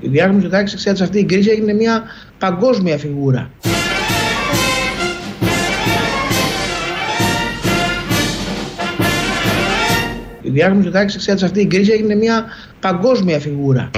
διάγνωση τάξη, ξέρετε, αυτή η κρίση έγινε μια παγκόσμια φιγούρα. Η διάγνωση τάξη, ξέρετε, αυτή η κρίση έγινε μια παγκόσμια φιγούρα.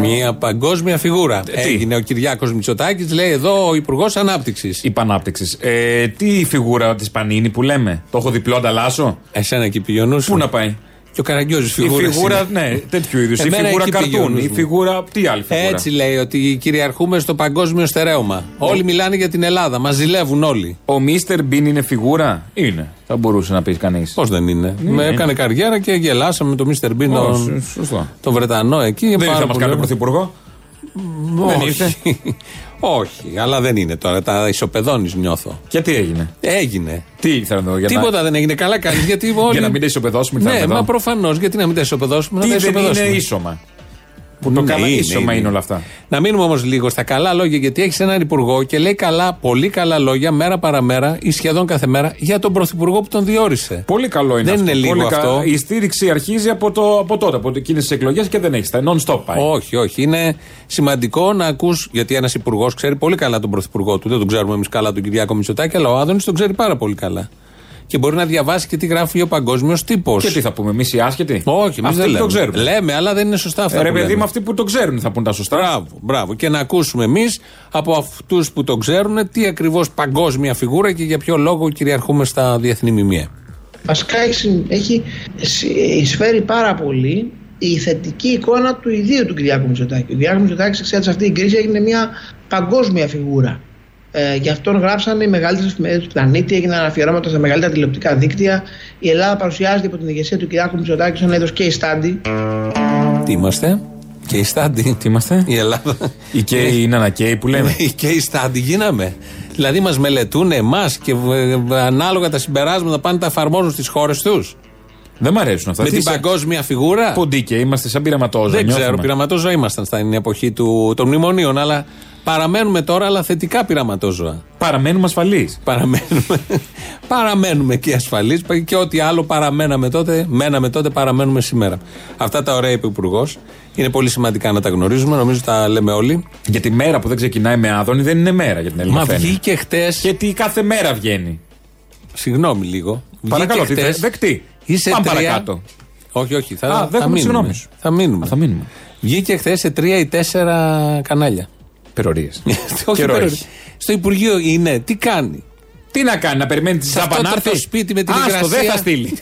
Μια παγκόσμια φιγούρα. Ε, Έγινε ο Κυριάκος Μητσοτάκης, λέει εδώ ο Υπουργός Ανάπτυξης. Υπανάπτυξης. Ε, τι η φιγούρα της Πανίνη που λέμε. Το έχω διπλό ανταλλάσσο. Εσένα εκεί πηγαίνουν. Πού να πάει. Και ο Καραγκιόζης φιγούρα. Η φιγούρα, ναι, τέτοιου είδους. Η Εμένα φιγούρα εκεί καρτούν. πηγαίνουν. Η φιγούρα. Τι άλλη φιγούρα. Έτσι λέει ότι κυριαρχούμε στο παγκόσμιο στερέωμα. Ναι. Όλοι μιλάνε για την Ελλάδα. Μας ζηλεύουν όλοι. Ο Μίστερ Μπίν είναι φιγούρα. Είναι. Θα μπορούσε να πεις κανείς. Πώς δεν είναι. Ναι. Με έκανε καριέρα και γελάσαμε με τον Μίστερ Μπίν, Ω, τον, σ- σωστά. τον Βρετανό εκεί. Δεν Πάρα θα μας πολύ κάνει ωραίο. πρωθυπουργό. Δεν ήρθε. Όχι. Όχι, αλλά δεν είναι τώρα. Τα ισοπεδώνεις, νιώθω. Και τι έγινε. Έγινε. Τι ήρθαν εδώ για να- Τίποτα δεν έγινε. Καλά κάνεις. Γιατί όλοι... Για να μην τα ισοπεδώσουμε, ήρθαμε Ναι, εδώ. μα προφανώς. Γιατί να μην τα ισοπεδώσουμε. να τα Τι δεν είναι ισοπεδώσουμε. ίσωμα. Που το Ναι, καλά είναι, ίσωμα είναι. είναι όλα αυτά. Να μείνουμε όμως λίγο στα καλά λόγια, γιατί έχεις έναν υπουργό και λέει καλά, πολύ καλά λόγια μέρα παραμέρα ή σχεδόν κάθε μέρα για τον πρωθυπουργό που τον διόρισε. Πολύ καλό είναι Δεν αυτό. είναι λίγο Πολύ κα- αυτό. Η στήριξη αρχίζει από, το, από τότε, από εκείνες τις εκλογές και δεν έχεις. Τα non-stop πάει. Όχι, όχι. Είναι σημαντικό να ακούς, γιατί ένας υπουργός ξέρει πολύ καλά τον πρωθυπουργό του. Δεν τον ξέρουμε εμείς καλά τον Κυριάκο Μητσοτάκη, αλλά ο Άδωνης τον ξέρει πάρα πολύ καλά. Και μπορεί να διαβάσει και τι γράφει ο παγκόσμιος τύπος. Και τι θα πούμε, εμείς οι άσχετοι. Όχι, εμείς Αυτοί δεν που λέμε. το ξέρουμε. Λέμε, αλλά δεν είναι σωστά αυτά. Ε, Ρε που παιδί λέμε. με αυτοί που το ξέρουν θα πούν τα σωστά. Μπράβο, μπράβο. Και να ακούσουμε εμείς από αυτούς που το ξέρουν τι ακριβώς παγκόσμια φιγούρα και για ποιο λόγο κυριαρχούμε στα διεθνή μημία. Βασικά έχει, συν- έχει συ- εισφέρει πάρα πολύ η θετική εικόνα του ιδίου του Κυριάκου Μητσοτάκη. Ο Κυριάκος Μητσοτάκης, ξέρετε, σε αυτή η κρίση έγινε μια παγκόσμια φιγούρα. Ε, γι' αυτόν γράψανε οι μεγαλύτερες εφημερίδες του πλανήτη, έγιναν αφιερώματα στα μεγαλύτερα τηλεοπτικά δίκτυα. Η Ελλάδα παρουσιάζεται υπό την ηγεσία του Κυριάκου Μητσοτάκη σαν είδος case study. Τι είμαστε, και η στάντη. Τι είμαστε. Η Ελλάδα. Οι ε. καίοι είναι ανακαίοι που λέμε. Η case study γίναμε. Δηλαδή μας μελετούν εμάς και ε, ε, ανάλογα τα συμπεράσματα πάνε τα εφαρμόζουν στις χώρες τους. Δεν μ' αρέσουν αυτά. Με Τι την σε- παγκόσμια φιγούρα. Ποντίκια, είμαστε σαν πειραματόζωο. Δεν ξέρω, πειραματόζωα ήμασταν στην εποχή του, των μνημονίων, αλλά παραμένουμε τώρα, αλλά θετικά πειραματόζωα. Παραμένουμε ασφαλείς. Παραμένουμε, παραμένουμε και ασφαλείς και ό,τι άλλο παραμέναμε τότε, μέναμε τότε, παραμένουμε σήμερα. Αυτά τα ωραία είπε ο Υπουργός. Είναι πολύ σημαντικά να τα γνωρίζουμε, νομίζω τα λέμε όλοι. Για τη μέρα που δεν ξεκινάει με άδωνη δεν είναι μέρα για την Μα Ελλάδα. βγήκε χτες. Γιατί κάθε μέρα βγαίνει. Συγγνώμη λίγο. Παρακαλώ, Βγήκε τι χτες. θε- δεκτή. Είσαι Πάμε τρία. παρακάτω. Όχι, όχι. Θα, Α, θα δέχομαι μείνουμε. συγγνώμη σου. Θα μείνουμε. Α, θα μείνουμε. Βγήκε χθες σε τρία ή τέσσερα κανάλια. Περορίες. όχι, Καιρός περίμενε. έχει. Στο Υπουργείο είναι. Τι κάνει. Τι να κάνει, να περιμένει τη Σε αυτό Ζάπα να το, έρθει. το σπίτι με την Άστο, υγρασία. δεν θα στείλει.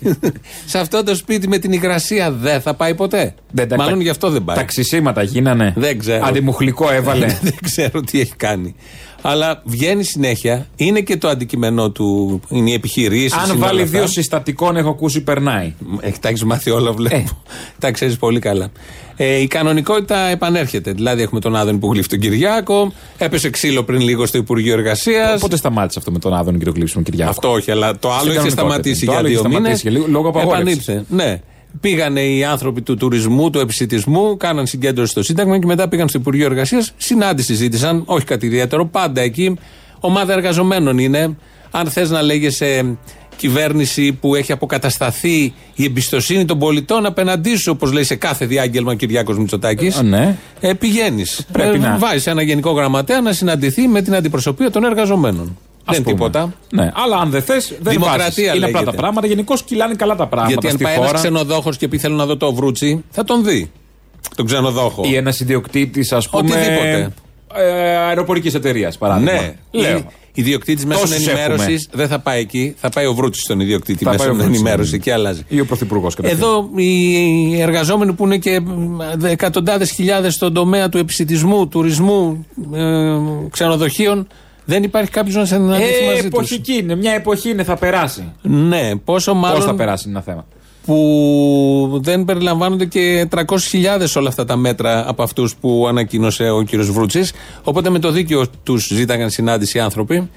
σε αυτό το σπίτι με την υγρασία δεν θα πάει ποτέ. Δεν τα- Μάλλον τα- γι' αυτό δεν πάει. Τα ξυσίματα γίνανε. Δεν ξέρω. Αντιμουχλικό έβαλε. δεν ξέρω τι έχει κάνει. Αλλά βγαίνει συνέχεια. Είναι και το αντικείμενό του. Είναι οι επιχειρήσεις. Αν βάλει δύο συστατικών, έχω ακούσει, περνάει. Έχει Ε, τα έχεις μάθει όλα, βλέπω. Ε. Τα ξέρεις πολύ καλά. Ε, η κανονικότητα επανέρχεται. Δηλαδή, έχουμε τον Άδων που γλύφει τον Κυριάκο. Έπεσε ξύλο πριν λίγο στο Υπουργείο Εργασίας. Πότε σταμάτησε αυτό με τον Άδων και τον κλείψιμο Κυριάκο. Αυτό όχι, αλλά το άλλο είχε κανονικότητα. σταματήσει Το για άλλο είχε δύο μήνε. σταματήσει για λίγο, λόγω απαγόρευσης. Ναι. Πήγανε οι άνθρωποι του τουρισμού, του επισητισμού, κάναν συγκέντρωση στο Σύνταγμα και μετά πήγαν στο Υπουργείο Εργασίας. Συνάντηση ζήτησαν, όχι κάτι ιδιαίτερο, πάντα εκεί. Ομάδα εργαζομένων είναι. Αν θες να λέγεσαι κυβέρνηση που έχει αποκατασταθεί η εμπιστοσύνη των πολιτών απέναντί σου, όπως λέει σε κάθε διάγγελμα ο Κυριάκος Μητσοτάκης. Ε, ναι. Ε, Πηγαίνεις. Πρέπει να. Βάζεις ένα γενικό γραμματέα να συναντηθεί με την αντιπροσωπεία των εργαζομένων. Ας Δεν πούμε. τίποτα. Ναι. Αλλά αν δεν θες, δεν Δημοκρατία βάζεις. Είναι απλά λέγεται. τα πράγματα. Γενικώ κυλάνε καλά τα πράγματα Γιατί αν στη πάει χώρα. ένα ξενοδόχος και πει θέλω να δω το βρούτσι, θα τον δει. Τον ξενοδόχο. Ή ένας ιδιοκτήτης, ας πούμε. Οτιδήποτε. Ε, Αεροπορικής εταιρείας, παράδειγμα. Ναι, Λέω. Ιδιοκτήτης μέσων Τόσους ενημέρωσης δεν θα πάει εκεί. Θα πάει ο βρούτσι στον ιδιοκτήτη Θα πάει ο μέσων Βρούτσης. ναι. ενημέρωση και αλλάζει. Ή ο Πρωθυπουργός καταρχήν. Εδώ οι εργαζόμενοι που είναι και εκατοντάδες χιλιάδες στον τομέα του επισητισμού, τουρισμού, ε, ξενοδοχείων, δεν υπάρχει κάποιος να συναντηθεί Ε, μαζί τους. εποχική είναι. Μια εποχή είναι, θα περάσει. Ναι, πόσο Πώς θα μάλλον περάσει είναι ένα θέμα. που δεν περιλαμβάνονται και 300.000 όλα αυτά τα μέτρα από αυτούς που ανακοίνωσε ο κύριος Βρούτσης. Οπότε με το δίκαιο τους ζήταγαν συνάντηση οι άνθρωποι.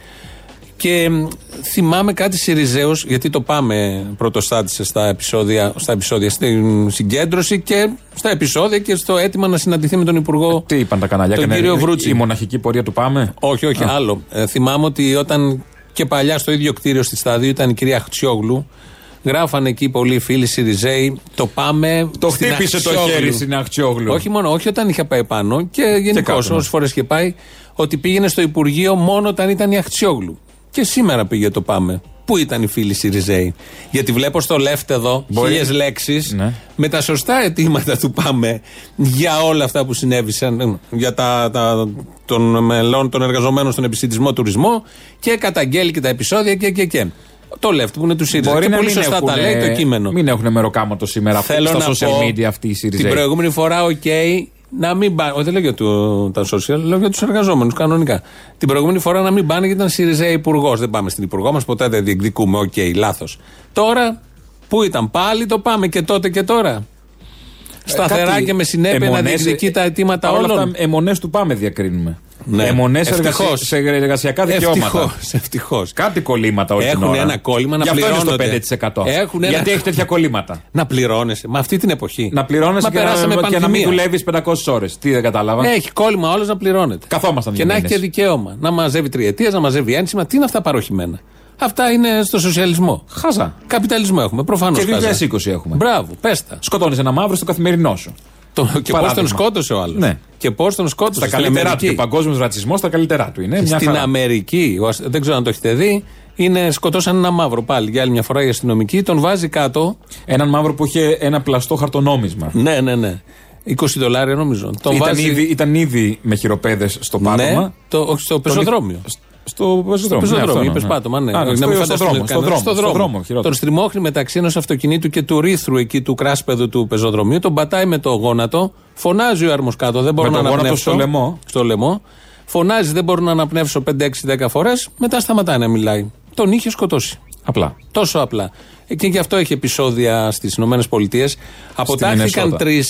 Και μ, θυμάμαι κάτι Σιριζέως, γιατί το πάμε πρωτοστάτησε στα επεισόδια, στα επεισόδια, στην συγκέντρωση και στα επεισόδια και στο αίτημα να συναντηθεί με τον Υπουργό. Τι είπαν τα κανάλια, τον έκανε κύριο η- Βρούτση. Η μοναχική πορεία του πάμε. Όχι, όχι, άλλο. Ε, θυμάμαι ότι όταν και παλιά στο ίδιο κτίριο στη Σταδίου ήταν η κυρία Χτσιόγλου Γράφανε εκεί πολλοί φίλοι Σιριζέοι. Το πάμε. Το στην χτύπησε το Αξιόγλου. χέρι στην Αχτσιόγλου. Όχι μόνο, όχι όταν είχε πάει πάνω και γενικώς κάτω, ναι. όσες φορές είχε πάει, ότι πήγαινε στο Υπουργείο μόνο όταν ήταν η Αχτσιόγλου. Και σήμερα πήγε το πάμε. Πού ήταν οι φίλοι Σιριζέοι. Γιατί βλέπω στο left εδώ Μπορεί. χίλιες λέξεις Ναι. με τα σωστά αιτήματα του πάμε για όλα αυτά που συνέβησαν ε, για τα, τα, των μελών των εργαζομένων στον επιστημισμό τουρισμό και καταγγέλει και τα επεισόδια και και και. Το left που είναι του ΣΥΡΙΖΑ. Μπορεί και να πολύ μην σωστά έχουν, τα λέει το κείμενο. Μην έχουν μεροκάματο σήμερα στα social media αυτή η ΣΥΡΙΖΑ. Την προηγούμενη φορά, οκ, να μην πάνε. Όχι, δεν λέω για το, τα social, λέω για τους εργαζόμενους κανονικά. Την προηγούμενη φορά να μην πάνε γιατί ήταν ΣΥΡΙΖΑ υπουργός. Δεν πάμε στην υπουργό μας, ποτέ δεν διεκδικούμε. Οκ, λάθος. Τώρα, πού ήταν, πάλι το πάμε και τότε και τώρα. Σταθερά Ε, Κάτι και με συνέπεια να αιμονές- διεκδικεί τα αιτήματα Παρ' όλα όλων. αυτά, αιμονές του πάμε διακρίνουμε. Ναι. Αιμονές Ευτυχώς. εργασια- σε εργασιακά Ευτυχώ, δικαιώματα. ευτυχώς. Κάτι κολλήματα όχι Έχουν ένα κόλλημα να Γι' αυτό είναι στο πληρώνονται. 5%. Έχουν ένα- Γιατί έχει τέτοια κολλήματα. Να πληρώνεσαι. Μα αυτή την εποχή. Να πληρώνεσαι Μα και, περάσαμε να, και να μην πανδημία. Ε- δουλεύει 500 ώρες. Τι δεν κατάλαβα. Έχει κόλλημα όλος να πληρώνεται. Λοιπόν. Καθόμασταν Και να έχει δυο και μήνες. δικαίωμα. Να μαζεύει τριετίας, να μαζεύει ένσημα. Τι είναι αυτά παροχημένα. Αυτά είναι στο σοσιαλισμό. Χάζα. Καπιταλισμό έχουμε, προφανώς. Και 2020 έχουμε. Μπράβο, πες τα. Σκοτώνεις ένα μαύρο στο καθημερινό σου. Το- και πώς Παράδειγμα. τον σκότωσε ο άλλος. Ναι. Και πώς τον σκότωσε. Στα στην καλύτερά του. Αμερική. Και παγκόσμιος ρατσισμός στα καλύτερά του. Είναι μια Στην χαρά. Αμερική, ο ασ- δεν ξέρω αν το έχετε δει, είναι, σκοτώσαν ένα μαύρο πάλι για άλλη μια φορά οι αστυνομικοί, τον βάζει κάτω. Έναν μαύρο που είχε ένα πλαστό χαρτονόμισμα. Ναι, ναι, ναι. 20 δολάρια νομίζω. Τον Ήταν, βάζει. ήδη, ήταν ήδη με χειροπέδες στο πάτωμα. ναι, το, όχι, στο Τον- πεζοδρόμιο. σ- Στο πεζοδρόμιο. πεζοδρόμιο, αυτό είπες ναι. πάτωμα, ναι. Α, Όχι, στο, μην στο, φανταστούν δρόμο, κανένα. στο δρόμο. Στο δρόμο. χειρότερα. Τον στριμώχνει μεταξύ ενός αυτοκινήτου και του ρήθρου εκεί του κράσπεδου του πεζοδρομίου, τον πατάει με το γόνατο, φωνάζει ο έρμος κάτω, δεν μπορώ Με να το γόνατο αναπνεύσω. στο λαιμό. Στο λαιμό. Φωνάζει, δεν μπορώ να αναπνεύσω 5-6-10 φορές, μετά σταματάει να μιλάει. Τον είχε σκοτώσει. Απλά. Τόσο απλά. Ε, Και γι' αυτό έχει επεισόδια στις ΗΠΑ. Αποτάχθηκαν Μινεσότα. τρει.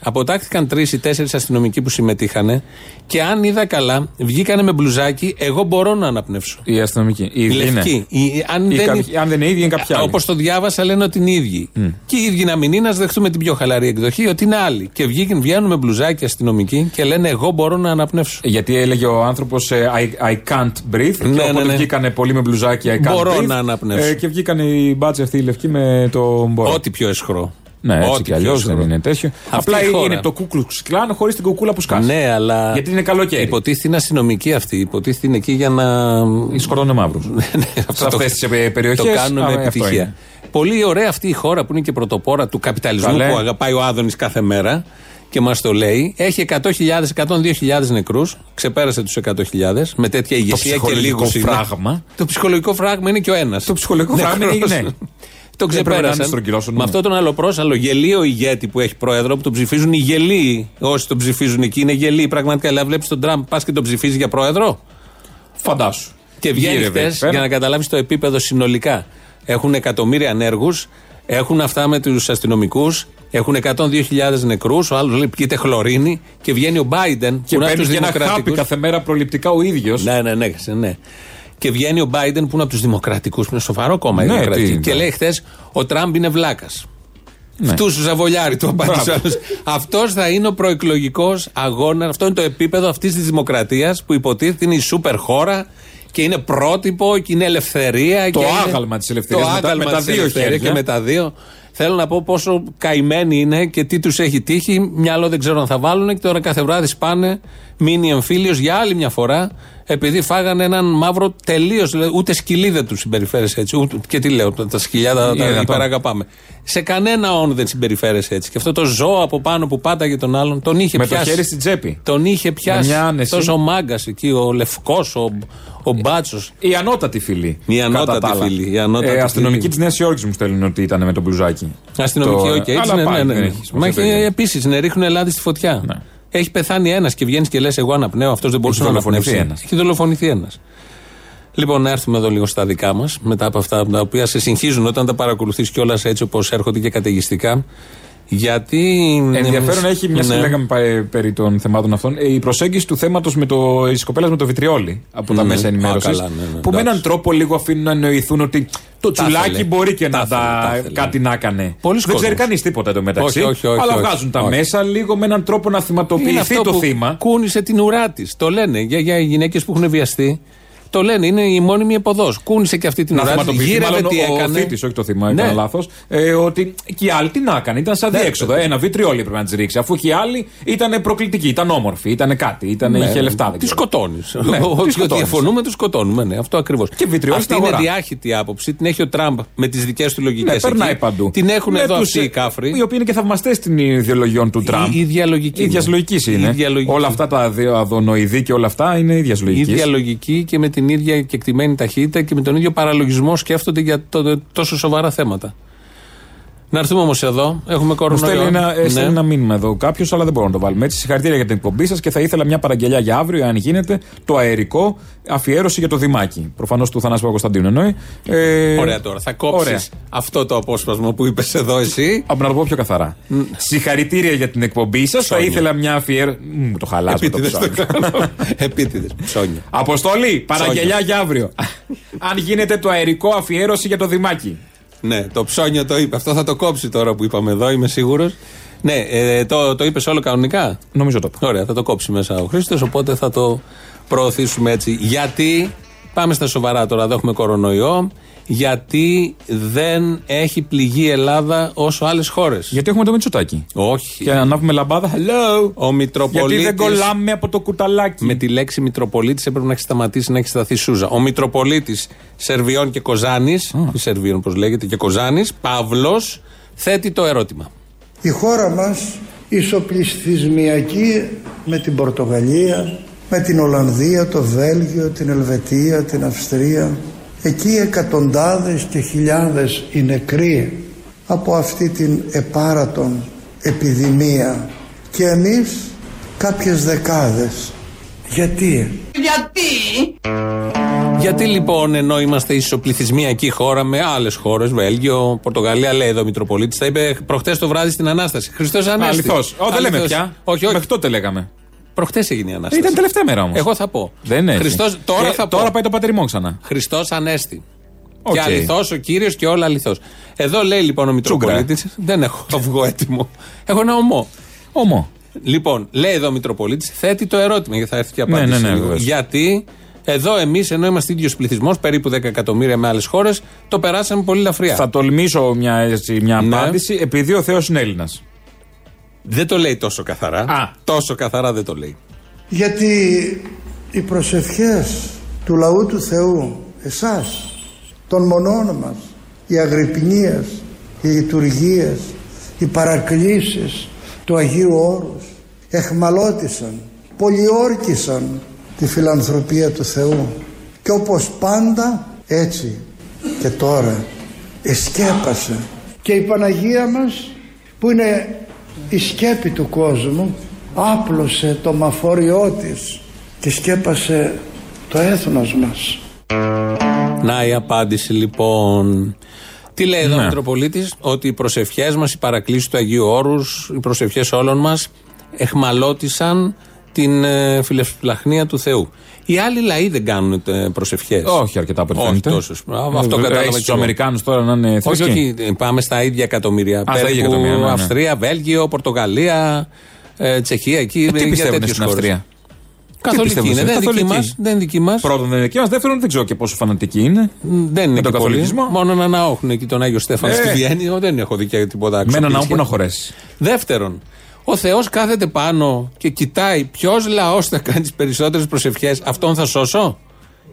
Αποτάχθηκαν τρει ή τέσσερις αστυνομικοί που συμμετείχαν και αν είδα καλά, βγήκανε με μπλουζάκι. Εγώ μπορώ να αναπνεύσω. Η αστυνομική. Η, Η ίδια είναι. λευκή. Η- αν, Ή δεν κάποιοι- αν δεν είναι ίδια, είναι κάποια άλλη. Όπως το διάβασα, λένε ότι είναι οι ίδιοι. Και οι ίδιοι να μην είναι, ας δεχτούμε την πιο χαλαρή εκδοχή, ότι είναι άλλοι. Και βγήκαν, βγαίνουν με μπλουζάκι αστυνομικοί και λένε: Εγώ μπορώ να αναπνεύσω. Γιατί έλεγε ο άνθρωπος I, I can't breathe. Ναι, και οπότε ναι, ναι. βγήκανε πολλοί με μπλουζάκι I can't Μπορώ breathe. ε, να αναπνεύσω. και βγήκαν οι μπάτσε αυτή η λευκή με το μπορώ. Ό,τι πιο αισχρό. Ε, Ναι, έτσι Ό,τι κι πιο αλλιώ αισχρό. δεν είναι τέτοιο. Αυτή Απλά η χώρα. είναι το κούκλου κλάν χωρίς την κουκούλα που σκάσει. Ναι, αλλά. Γιατί είναι καλοκαίρι. Υποτίθεται είναι αστυνομική αυτή. Υποτίθεται είναι εκεί για να. Ή σκοτώνε μαύρους. Ναι, αυτό Σε ε, το- αυτές τις περιοχές. Το κάνουν με επιτυχία. Πολύ ωραία αυτή η χώρα που είναι και πρωτοπόρα του καπιταλισμού Καλέ. που αγαπάει ο Άδωνης κάθε μέρα και μας το λέει. Έχει 100.000, 102.000 νεκρούς. Ξεπέρασε τους 100.000 με τέτοια ηγεσία και ψυχολογικό λίγους. είναι. φράγμα. Το ψυχολογικό φράγμα είναι και ο ένας. Το ψυχολογικό φράγμα είναι, ναι. Το Δεν πρέπει να είναι ξεπέρασαν. στρογγυλόσωνο. Με αυτό τον αλλοπρόσαλο γελίο ηγέτη που έχει πρόεδρο, που τον ψηφίζουν οι γελοί. Όσοι τον ψηφίζουν εκεί είναι γελοί. Πραγματικά, αλλά βλέπεις τον Τραμπ, πας και τον ψηφίζεις για πρόεδρο. Φαντάσου. Και βγαίνει Γύρευε χτες εκεί πέρα. για να καταλάβεις το επίπεδο συνολικά. Έχουν εκατομμύρια ανέργους, έχουν αυτά με τους αστυνομικούς, έχουν 102.000 νεκρούς. Ο άλλος λέει πείτε χλωρίνη και βγαίνει ο Biden Και που είναι από του παίρνει και ένα χάπι δημοκρατικούς. κάθε μέρα προληπτικά ο ίδιος. Ναι, ναι, ναι, σε- ναι. Και βγαίνει ο Biden που είναι από τους δημοκρατικούς, που είναι σοβαρό κόμμα η Ναι, Δημοκρατία. τι είναι. Ναι. Και λέει χθες ο Τραμπ είναι βλάκας. Φτού σου ζαβολιάρι, του απάντησε Μπράβο. Αυτός θα είναι ο προεκλογικός αγώνας. Αυτό είναι το επίπεδο αυτής της δημοκρατίας που υποτίθεται είναι η σούπερ χώρα και είναι πρότυπο και είναι ελευθερία. Το και είναι- άγαλμα της ελευθερίας, Το με τα- άγαλμα με τα της δύο ελευθερίας χέρια. Και με τα δύο. Θέλω να πω πόσο καημένοι είναι και τι τους έχει τύχει. Μυαλό δεν ξέρω αν θα βάλουν και τώρα κάθε βράδυ σπάνε. Μείνει εμφύλιος για άλλη μια φορά επειδή φάγανε έναν μαύρο τελείως. Ούτε σκυλί δεν τους συμπεριφέρεσαι έτσι. Ούτε, και τι λέω, τα σκυλιά τα, τα δυνατόν. υπεραγαπάμε. Σε κανένα όν δεν συμπεριφέρεσαι έτσι. Και αυτό το ζώο από πάνω που πάταγε τον άλλον τον είχε Με το πιάσει. χέρι στην τσέπη. Τον είχε πιάσει. μια άνεση. Τόσο ο μάγκας εκεί, ο λευκός, ο, ο μπάτσος. Η ανώτατη φυλή. Η κατά ανώτατη τα άλλα. φυλή, η ανώτατη ε, αστυνομική φυλή. της Νέας Υόρκης μου στέλνουν ότι ήταν με τον μπλουζάκι. Αστυνομική, Το- όχι, Ε, έτσι Αλλά ναι, πάλι ναι, δεν ναι. έχεις Μα έχει σημασία το ίδιο. επίσης, ναι, ρίχνουν ελάδι στη φωτιά. Ναι. Έχει πεθάνει ένας και βγαίνεις και λες: Εγώ αναπνέω, αυτός δεν μπορούσε Έχει να δολοφονηθεί αναπνεύσει. ένας. Έχει δολοφονηθεί ένας. Λοιπόν, να έρθουμε εδώ λίγο στα δικά μας, μετά από αυτά τα οποία σε συγχύζουν όταν τα παρακολουθείς κιόλας έτσι όπως έρχονται και καταιγιστικά. Γιατί. Ενδιαφέρον έχει, μια ναι. λέγαμε πα- περί των θεμάτων αυτών, ε, η προσέγγιση του θέματος με το της κοπέλας με το βιτριόλι από τα Ναι. μέσα ενημέρωση. Α, καλά, ναι, ναι, που εντάξει. με έναν τρόπο λίγο αφήνουν να εννοηθούν ότι το Τα τσουλάκι ήθελε. μπορεί και Τα να ήθελε, τα, τα ήθελε. κάτι να έκανε. Πολλοί Δεν ξέρει κόσμος. κανείς τίποτα εδώ μεταξύ. Όχι, όχι, όχι, αλλά όχι. βγάζουν τα Όχι. μέσα λίγο με έναν τρόπο να Είναι θυματοποιηθεί αυτό το που θύμα. Κούνησε την ουρά της. Το λένε για, για γυναίκες που έχουν βιαστεί. Το λένε, είναι η μόνιμη εποδός. Κούνησε και αυτή την να ώρα. θυματοποιηθεί Γύρευε μάλλον τι ο, ο έκανε. θήτης, όχι το θύμα, Ναι. έκανα λάθος, ε, ότι και οι άλλοι τι να έκανε, ήταν σαν διέξοδο, Ε, ένα βιτριόλι έπρεπε να τις ρίξει, αφού και οι άλλοι ήταν προκλητικοί, ήταν όμορφοι, ήταν κάτι, ήταν, Ναι. είχε λεφτά. δεν Τη ξέρω. σκοτώνεις. Ναι, τη Ότι σκοτώνεις. διαφωνούμε, του σκοτώνουμε. Ναι, αυτό ακριβώς. Και βιτριώνεις Αυτή την είναι αγορά. διάχυτη άποψη. Την έχει ο Τραμπ με τις δικές του λογικές. Ναι, περνάει παντού. Την έχουν Με εδώ τους, αυτοί ε, οι κάφροι. Οι οποίοι είναι και θαυμαστές των ιδεολογιών του Τραμπ. Η- η ίδια λογική Η ίδια είναι. λογική Η είναι. ίδια λογική. Όλα αυτά τα δύο αδονοειδή και όλα αυτά είναι ίδια Η λογική. ίδια λογική και με την ίδια κεκτημένη ταχύτητα και με τον ίδιο παραλογισμό σκέφτονται για το- τόσο σοβαρά θέματα. Να έρθουμε όμως εδώ. Έχουμε Μου κορονοϊό. στέλνει ένα, ε, Ναι. στέλνει ένα μήνυμα εδώ κάποιος, αλλά δεν μπορώ να το βάλουμε έτσι. Συγχαρητήρια για την εκπομπή σας και θα ήθελα μια παραγγελιά για αύριο, αν γίνεται, το αερικό αφιέρωση για το Δημάκι. Προφανώς του Θανάσου Παπακοσταντίνου εννοεί. Ε, Ωραία τώρα. Θα ωραία. κόψει αυτό το απόσπασμα που είπες εδώ εσύ. Από να το πω πιο καθαρά. Συγχαρητήρια για την εκπομπή σας. Θα Ψώνια. ήθελα μια αφιέρωση. Μου το χαλάζω το Επίτηδες το ψώνιο. κάνω. Επίτηδες. Ψώνια. Αποστολή, παραγγελιά για αύριο. Αν γίνεται το αερικό αφιέρωση για το Δημάκι. Ναι, το ψώνιο το είπε. Αυτό θα το κόψει τώρα που είπαμε εδώ, είμαι σίγουρος. Ναι, ε, το, το είπες όλο κανονικά. Νομίζω το είπα. Ωραία, θα το κόψει μέσα ο Χρήστος, οπότε θα το προωθήσουμε έτσι. Γιατί, πάμε στα σοβαρά τώρα, εδώ έχουμε κορονοϊό. Γιατί δεν έχει πληγεί η Ελλάδα όσο άλλες χώρες. Γιατί έχουμε το Μητσοτάκι. Όχι. Και ανάβουμε λαμπάδα. Hello. Ο Γιατί Μητροπολίτη. δεν κολλάμε από το κουταλάκι. Με τη λέξη Μητροπολίτης έπρεπε να έχει σταματήσει να έχει σταθεί Σούζα. Ο Μητροπολίτης Σερβιών και Κοζάνης, Σερβίων όπως λέγεται, και Κοζάνης, Παύλος, θέτει το ερώτημα. Η χώρα μας ισοπληθυσμιακή με την Πορτογαλία, με την Ολλανδία, το Βέλγιο, την Ελβετία, την Αυστρία. Εκεί εκατοντάδες και χιλιάδες οι νεκροί από αυτή την επάρατον επιδημία και εμείς κάποιες δεκάδες. Γιατί Γιατί λοιπόν, ενώ είμαστε ισοπληθυσμιακή χώρα με άλλες χώρες, Βέλγιο, Πορτογαλία, λέει εδώ ο Μητροπολίτης, τα είπε προχτές το βράδυ στην Ανάσταση. Χριστός Ανέστη. Αληθώς. Ω, δεν λέμε Αληθώς. πια. Όχι, όχι. Μέχρι τότε λέγαμε. Προχτές έγινε η Ανάσταση. Ήταν τελευταία μέρα όμως. Εγώ θα πω. Δεν έχει. Χριστός, τώρα Και θα πω. τώρα πάει το πατερημό ξανά. Χριστός Ανέστη. Οκ. Και αληθώς ο κύριος και όλα αληθώς. Εδώ λέει λοιπόν ο Μητροπολίτης. Δεν έχω αυγό έτοιμο. Έχω ένα ομό. Όμω. Λοιπόν, λέει εδώ ο Μητροπολίτης, θέτει το ερώτημα γιατί θα έρθει και η Ναι, απάντηση. ναι, ναι, λίγο. βεβαίως. γιατί εδώ εμείς, ενώ είμαστε ίδιος πληθυσμός, περίπου 10 εκατομμύρια με άλλες χώρες, το περάσαμε πολύ λαφριά. Θα τολμήσω μια, έτσι, μια Ε. Ναι. απάντηση επειδή ο Θεός είναι Έλληνας. Δεν το λέει τόσο καθαρά. Α. Τόσο καθαρά δεν το λέει. Γιατί οι προσευχές του λαού του Θεού, εσάς, των μονών μας, οι αγρυπνίες, οι λειτουργίες, οι παρακλήσεις του Αγίου Όρους εχμαλώτησαν, πολιόρκησαν τη φιλανθρωπία του Θεού. Και όπως πάντα έτσι και τώρα εσκέπασε. Και η Παναγία μας που είναι η σκέπη του κόσμου άπλωσε το μαφόριό της και σκέπασε το έθνος μας. Να η απάντηση λοιπόν. Τι λέει εδώ ο Ναι. Μητροπολίτης, ότι οι προσευχές μας, οι παρακλήσεις του Αγίου Όρους, οι προσευχές όλων μας εχμαλώτησαν την ε, φιλευσπλαχνία του Θεού. Οι άλλοι λαοί δεν κάνουν ε, προσευχές. Όχι αρκετά Ε, από ό,τι Όχι φαίνεται. τόσο. Α, αυτό κατάλαβα και Του εγώ. Αμερικάνους τώρα να είναι Όχι, θρησκοί. όχι, ε, πάμε στα ίδια εκατομμύρια. στα ίδια εκατομμύρια, ναι, ναι. Αυστρία, Βέλγιο, Πορτογαλία, ε, Τσεχία, εκεί. Ε, για Τι πιστεύουν τέτοιες στην χώρες. Αυστρία. Καθολική πιστεύουν είναι. Δεν είναι στην- δική καθολική. μας, Δεν είναι δική μας. Πρώτον δεν είναι εκεί μα. Δεύτερον δεν ξέρω και πόσο φανατικοί είναι. Δεν είναι τον και πολλοί. καθολικισμό. Μόνο να αναόχνουν εκεί τον Άγιο Στέφανο Ε. στη Βιέννη. Εγώ Δεν έχω δει και τίποτα Με έναν ναό αξιοπρεπές. που να χωρέσει. Δεύτερον, ο Θεός κάθεται πάνω και κοιτάει ποιος λαός θα κάνει τις περισσότερες προσευχές. Αυτόν θα σώσω.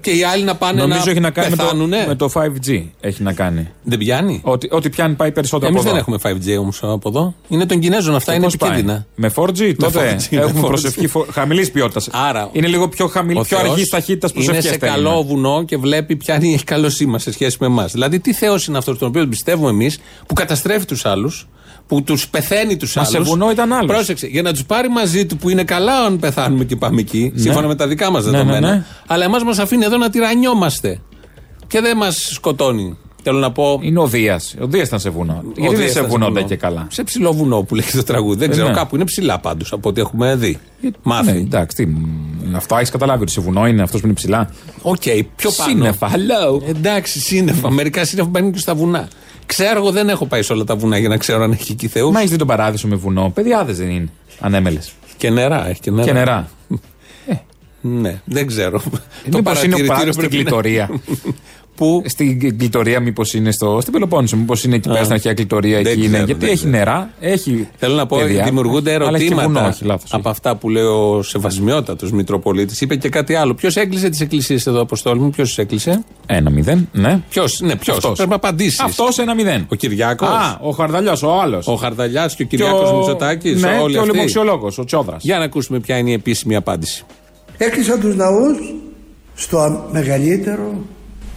Και οι άλλοι να πάνε Νομίζω Ναι, να έχει να κάνει με το, πεθάνουνε. με το 5G. Έχει να κάνει. Δεν πιάνει. Ότι, ό,τι πιάνει πάει περισσότερο Εμείς από δεν εδώ. έχουμε 5G όμως από εδώ. Είναι των Κινέζων αυτά, Και είναι πώς πάει. επικίνδυνα. Με 4G τότε 4G, με έχουμε 4G. προσευχή χαμηλής ποιότητας. Άρα, είναι λίγο πιο, χαμηλή, Ο πιο Θεός αργή ταχύτητα προσευχή. Είναι σε ναι. καλό βουνό και βλέπει ποια είναι η καλοσύνη μα σε σχέση με εμάς. Δηλαδή, τι Θεός είναι αυτός τον οποίο πιστεύουμε εμείς, που καταστρέφει τους άλλους, που τους πεθαίνει τους Μα άλλου. σε βουνό ήταν άλλος. Πρόσεξε, για να τους πάρει μαζί του που είναι καλά, αν πεθάνουμε και πάμε εκεί, σύμφωνα με τα δικά μας Ναι, δεδομένα. ναι, ναι. Αλλά εμάς μας αφήνει εδώ να τυραννιόμαστε. Και δεν μας σκοτώνει. Θέλω να πω. Είναι ο Δίας. Ο Δίας ήταν σε βουνό. Γιατί δεν Οδύσσας σε βουνό ντε βουνό. και καλά. Σε ψηλό βουνό που λέγεται το τραγούδι. Δεν ξέρω, ναι. κάπου είναι ψηλά πάντως από ό,τι έχουμε δει. Ναι, Μάθει. εντάξει, τι, μ, αυτό έχεις καταλάβει ότι σε βουνό είναι αυτός που είναι ψηλά. Οκ, πιο πάνω. Σύννεφα, hello. Εντάξει, σύννεφα. Μερικά σύννεφα μπαίνουν και στα βουνά. Ξέρω, εγώ δεν έχω πάει σε όλα τα βουνά για να ξέρω αν έχει εκεί Θεούς. Μα έχεις δει τον παράδεισο με βουνό. Παιδιάδε δεν είναι. Ανέμελε. Ναι, Και νερά, έχει και νερά. Και νερά. Ναι, δεν ξέρω. Μήπω Ε, είναι ο Πράτο στην πρέπει να- κλητορία. Που στην κλητορία, μήπως είναι στο, στην Πελοπόννησο, μήπως είναι εκεί πέρα στην αρχαία κλητορία. Δεν Εκεί είναι, ξέρω, γιατί δεν έχει ξέρω. νερά, έχει. Θέλω να πω, παιδιά, δημιουργούνται αλλά έχει και ερωτήματα βουνό, όχι, λάθος, από αυτά που λέει ο σεβασμιότατος Μητροπολίτης. Είπε και κάτι άλλο. Ποιος έκλεισε τις εκκλησίες εδώ, Αποστόλη μου, ποιος έκλεισε. Ένα μηδέν, ναι. Ποιος, ναι, ποιος. Αυτός. Πρέπει να απαντήσεις. Αυτός ένα μηδέν. Ο Κυριάκος. Α, ο Χαρδαλιάς, ο άλλος. Ο Χαρδαλιάς και ο Κυριάκο Μητσοτάκης. Ναι, όλοι και ο αυτοί. λοιμοξιολόγος, ο Τσόδρας. Για να ακούσουμε ποια είναι η επίσημη απάντηση. Έκλεισαν τους ναούς στο α- μεγαλύτερο,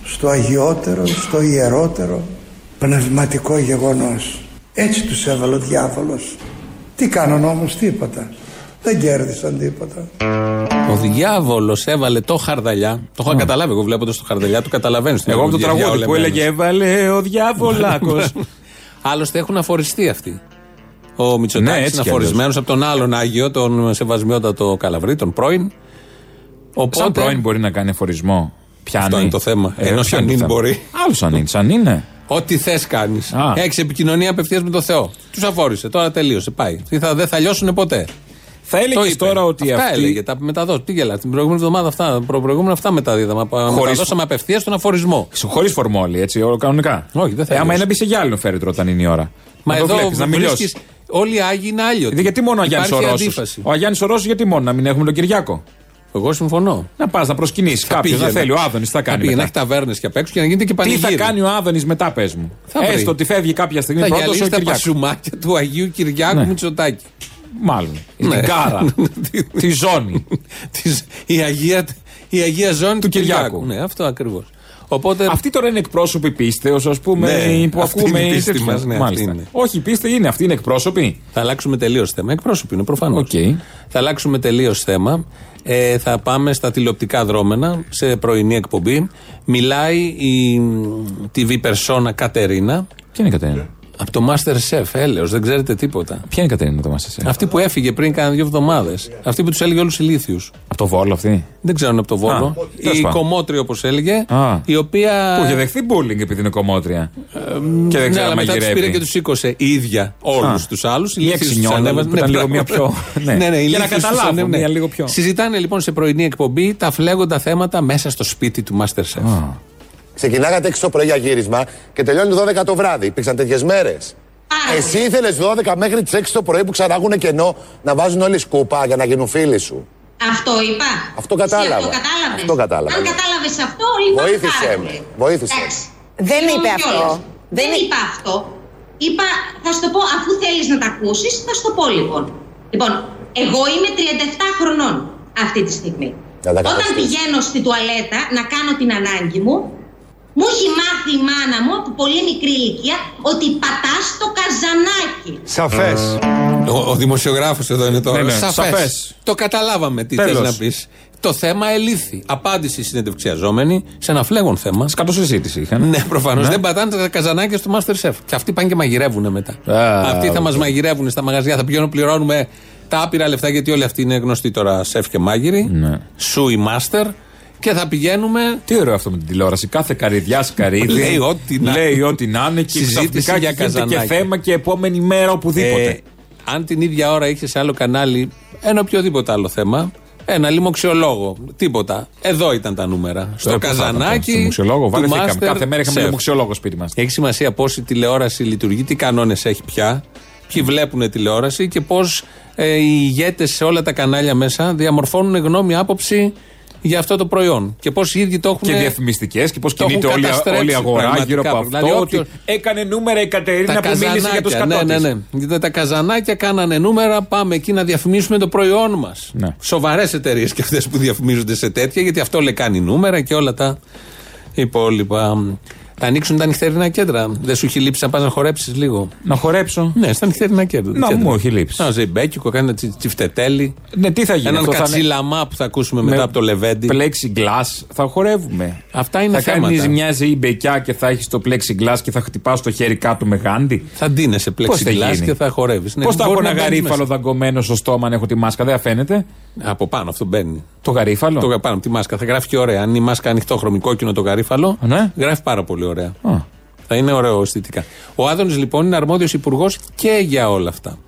στο αγιότερο, στο ιερότερο πνευματικό γεγονός. Έτσι τους έβαλε ο διάβολος. Τι κάναν όμως τίποτα. Δεν κέρδισαν τίποτα. Ο διάβολος έβαλε το χαρδαλιά. Το έχω καταλάβει. Εγώ βλέποντας το χαρδαλιά, το καταλαβαίνω. στην Εγώ από το τραγούδια, τραγούδι που διαολεμένος. έλεγε Έβαλε ο διάβολάκο. Άλλωστε έχουν αφοριστεί αυτοί. Ο Ναι, Μητσοτάκη έτσι είναι κι αλλιώς. αφορισμένος από τον άλλον Άγιο, τον σεβασμιότατο Καλαβρί, τον πρώην. Οπότε. Σαν πρώην μπορεί να κάνει εφορισμό. Πιάνει. Ε, Αυτό είναι το θέμα. Ενώ ποιο σαν είναι το είναι θέμα. μπορεί. Άλλος σαν είναι. Σαν είναι. Ό,τι θες κάνεις. Α. Έχεις επικοινωνία απευθείας με τον Θεό. Τους αφόρησε. Τώρα τελείωσε. Πάει. Τι θα, δεν θα λιώσουν ποτέ. Θα Το έλεγε είπε. τώρα ότι αυτά αυτή. έλεγε. Τα μεταδό. Τι γελάς. Την προηγούμενη εβδομάδα αυτά. Προ προηγούμενα αυτά μεταδίδαμε. Χωρίς... Μεταδώσαμε απευθείας στον αφορισμό. Χωρί φορμόλη, έτσι, όλο κανονικά. Όχι, δεν θα ε, άμα λιώσει. είναι μπει σε γυάλινο φέρετρο όταν είναι η ώρα. Μα να το εδώ βλέπεις, να μην βρίσκεις- λιώσεις. Όλοι οι Άγιοι είναι άλλοι. Δηλαδή, γιατί μόνο ο Γιάννης ο Υπάρχει Ρώσος. αντίφαση. Ο Γιάννης ο Ρώσος, γιατί μόνο να μην έχουμε τον Κυριάκο. Εγώ συμφωνώ. Να πας να προσκυνήσεις κάποιον, να πήγαινε. θέλει. Ο Άδωνης θα Θα κάνει. πήγαινε να μετά. έχει ταβέρνες και απ' έξω και να γίνεται και Τι πανηγύρι. θα κάνει ο Άδωνης μετά, πες μου. Θα βρει. Έστω ότι φεύγει κάποια στιγμή Θα πρώτος ο γυαλίσει τα Κυριάκος. πασουμάκια του Αγίου Κυριάκου Ναι. Μητσοτάκη. Μάλλον. Ή Ναι. Την κάρα. Τι- τη ζώνη. Της- η, Αγία, η Αγία Ζώνη του Κυριάκου. Ναι, αυτό ακριβώς. Οπότε. Αυτοί τώρα είναι εκπρόσωποι πίστεως, ας πούμε, Ναι, που αυτή ακούμε. είναι η πίστη τέτοια. μας, ναι, αυτή Μάλιστα. είναι. Όχι, η πίστη είναι, αυτή είναι εκπρόσωποι. Θα αλλάξουμε τελείως θέμα. Εκπρόσωποι είναι προφανώς. Οκ. Θα αλλάξουμε τελείως θέμα. Ε, θα πάμε στα τηλεοπτικά δρόμενα, σε πρωινή εκπομπή. Μιλάει η μ, TV περσόνα Κατερίνα Ποια είναι η Κατερίνα. από το Masterchef, έλεος, δεν ξέρετε τίποτα. Ποια είναι η Κατερίνα το μας εσύ. Αυτή που έφυγε πριν κάνα δύο εβδομάδες. Αυτή που τους έλεγε όλους ηλίθιους. Από το Βόλο αυτή. Δεν ξέρουν από το Βόλο. Α, τέλος η πάντων. Κομότρη, όπως έλεγε. Α. Η οποία. Που είχε δεχθεί μπούλινγκ επειδή είναι κομμότρια. και δεν Ε, ναι, ξέρω αν αλλά μετά τους πήρε και τους μαγειρεύει. σήκωσε η ίδια όλους Α. τους άλλους. Μια ξινιόλα, που ήταν λίγο μια πιο- ναι. ναι, ναι, οι Για να ηλίθιους τους καταλάβω, ανέβαινε. μια λίγο πιο. Συζητάνε λοιπόν σε πρωινή εκπομπή τα φλέγοντα θέματα μέσα στο σπίτι του Masterchef. Ξεκινάγατε 6 το πρωί για γύρισμα και τελειώνει 12 το βράδυ. Υπήρξαν τέτοιες μέρες. Εσύ ήθελες 12 μέχρι τις 6 το πρωί που ξανάγουνε κενό να βάζουν όλοι σκούπα για να γίνουν φίλοι σου. Αυτό είπα. Αυτό κατάλαβα. Εσύ αυτό κατάλαβες. Αυτό κατάλαβα, Αν ναι. κατάλαβες αυτό, λίγο Βοήθησε πάρα με, πολύ. βοήθησε. Εντάξει. Δεν Συγγνώμη είπε αυτό. κιόλας. Δεν, Δεν εί- είπα αυτό. Είπα, θα σου το πω, αφού θέλεις να τα ακούσεις, θα σου το πω λοιπόν. Λοιπόν, εγώ είμαι 37 χρονών αυτή τη στιγμή. Να τα Όταν καταφέρεις. πηγαίνω στη τουαλέτα να κάνω την ανάγκη μου, μου έχει μάθει η μάνα μου από πολύ μικρή ηλικία ότι πατάς το καζανάκι. Σαφές. Ο, ο δημοσιογράφος εδώ είναι τώρα. Ναι, ναι, Σαφές. σαφές. Το καταλάβαμε τι Τέλος. θες να πεις. Το θέμα ελήθη. Απάντηση συνεντευξιαζόμενη σε ένα φλέγον θέμα. Σκατό συζήτηση είχαν. Ναι, προφανώς. Δεν πατάνε τα καζανάκια στο Masterchef. Και αυτοί πάνε και μαγειρεύουν μετά. Α, αυτοί θα μας μαγειρεύουν στα μαγαζιά. Θα πηγαίνουν, πληρώνουμε τα άπειρα λεφτά γιατί όλοι αυτοί είναι γνωστοί τώρα σεφ και μάγειροι. Ναι. Σου η Master. Και θα πηγαίνουμε. Τι ωραίο αυτό με την τηλεόραση. Κάθε καρυδιά καρύδι Λέει ό,τι να- λέει ό,τι να είναι και Συζήτηση ξαφνικά για γίνεται και καζανάκι. θέμα και επόμενη μέρα οπουδήποτε. Ε, αν την ίδια ώρα είχες σε άλλο κανάλι ένα οποιοδήποτε άλλο θέμα, ένα λοιμοξιολόγο, τίποτα. Εδώ ήταν τα νούμερα. Στο Ε, πού θα ήταν, Στο καζανάκι. μουξιολόγο, του βαρεθήκαμε. Master Κάθε μέρα είχαμε Chef. ένα μουξιολόγο σπίτι μας. Έχει σημασία πώς η τηλεόραση λειτουργεί, τι κανόνες έχει πια, ποιοι βλέπουν τηλεόραση και πώς οι ηγέτες σε όλα τα κανάλια μέσα διαμορφώνουν γνώμη, άποψη για αυτό το προϊόν. Και πώς οι ίδιοι το έχουν. Και διαφημιστικές και πώς Ναι. Το έχουν κινείται όλη, καταστρέψει όλη η αγορά πραγματικά. γύρω από αυτό. Δηλαδή, ότι όποιος- έκανε νούμερα η Κατερίνα Τα που μίλησε για το καζανάκια, ναι, σκατό. ναι, της. ναι. Γιατί τα καζανάκια κάνανε νούμερα. Πάμε εκεί να διαφημίσουμε το προϊόν μας. Ναι. Σοβαρές εταιρείες και αυτές που διαφημίζονται σε τέτοια, γιατί αυτό λέει κάνει νούμερα και όλα τα υπόλοιπα. Θα ανοίξουν τα νυχτερινά κέντρα. Δεν σου έχει λείψει να πας να χορέψεις λίγο. Να χορέψω. Ναι, στα νυχτερινά κέντρα. Να, κέντρα. μου έχει λείψει. Ένα ζεϊμπέκικο, ένα τσι- τσιφτετέλι. Ναι, τι θα γίνει. Έναν αυτό θα είναι- κατσίλαμά που θα ακούσουμε μετά από το Λεβέντι. Plexiglass θα χορεύουμε. Αυτά είναι θα θέματα. κάνεις μια ζεϊμπεκιά και θα έχεις το plexiglass και θα χτυπάς το χέρι κάτω με γάντι. Θα ντύνεσαι Πώς θα πλεξιγκλάς γίνει? και θα Ναι, χορεύει. Πώς θα έχω ένα γαρίφαλο δαγκωμένο στο στόμα αν έχω τη μάσκα, δεν θα φαίνεται. Από πάνω αυτό μπαίνει. Το γαρίφαλο. Το πάνω από τη μάσκα. Θα γράφει και ωραία. Αν η μάσκα ανοιχτόχρωμη, κόκκινο το γαρίφαλο, Ναι. γράφει πάρα πολύ ωραία. Α. Θα είναι ωραίο αισθητικά. Ο Άδωνης λοιπόν είναι αρμόδιος υπουργός και για όλα αυτά.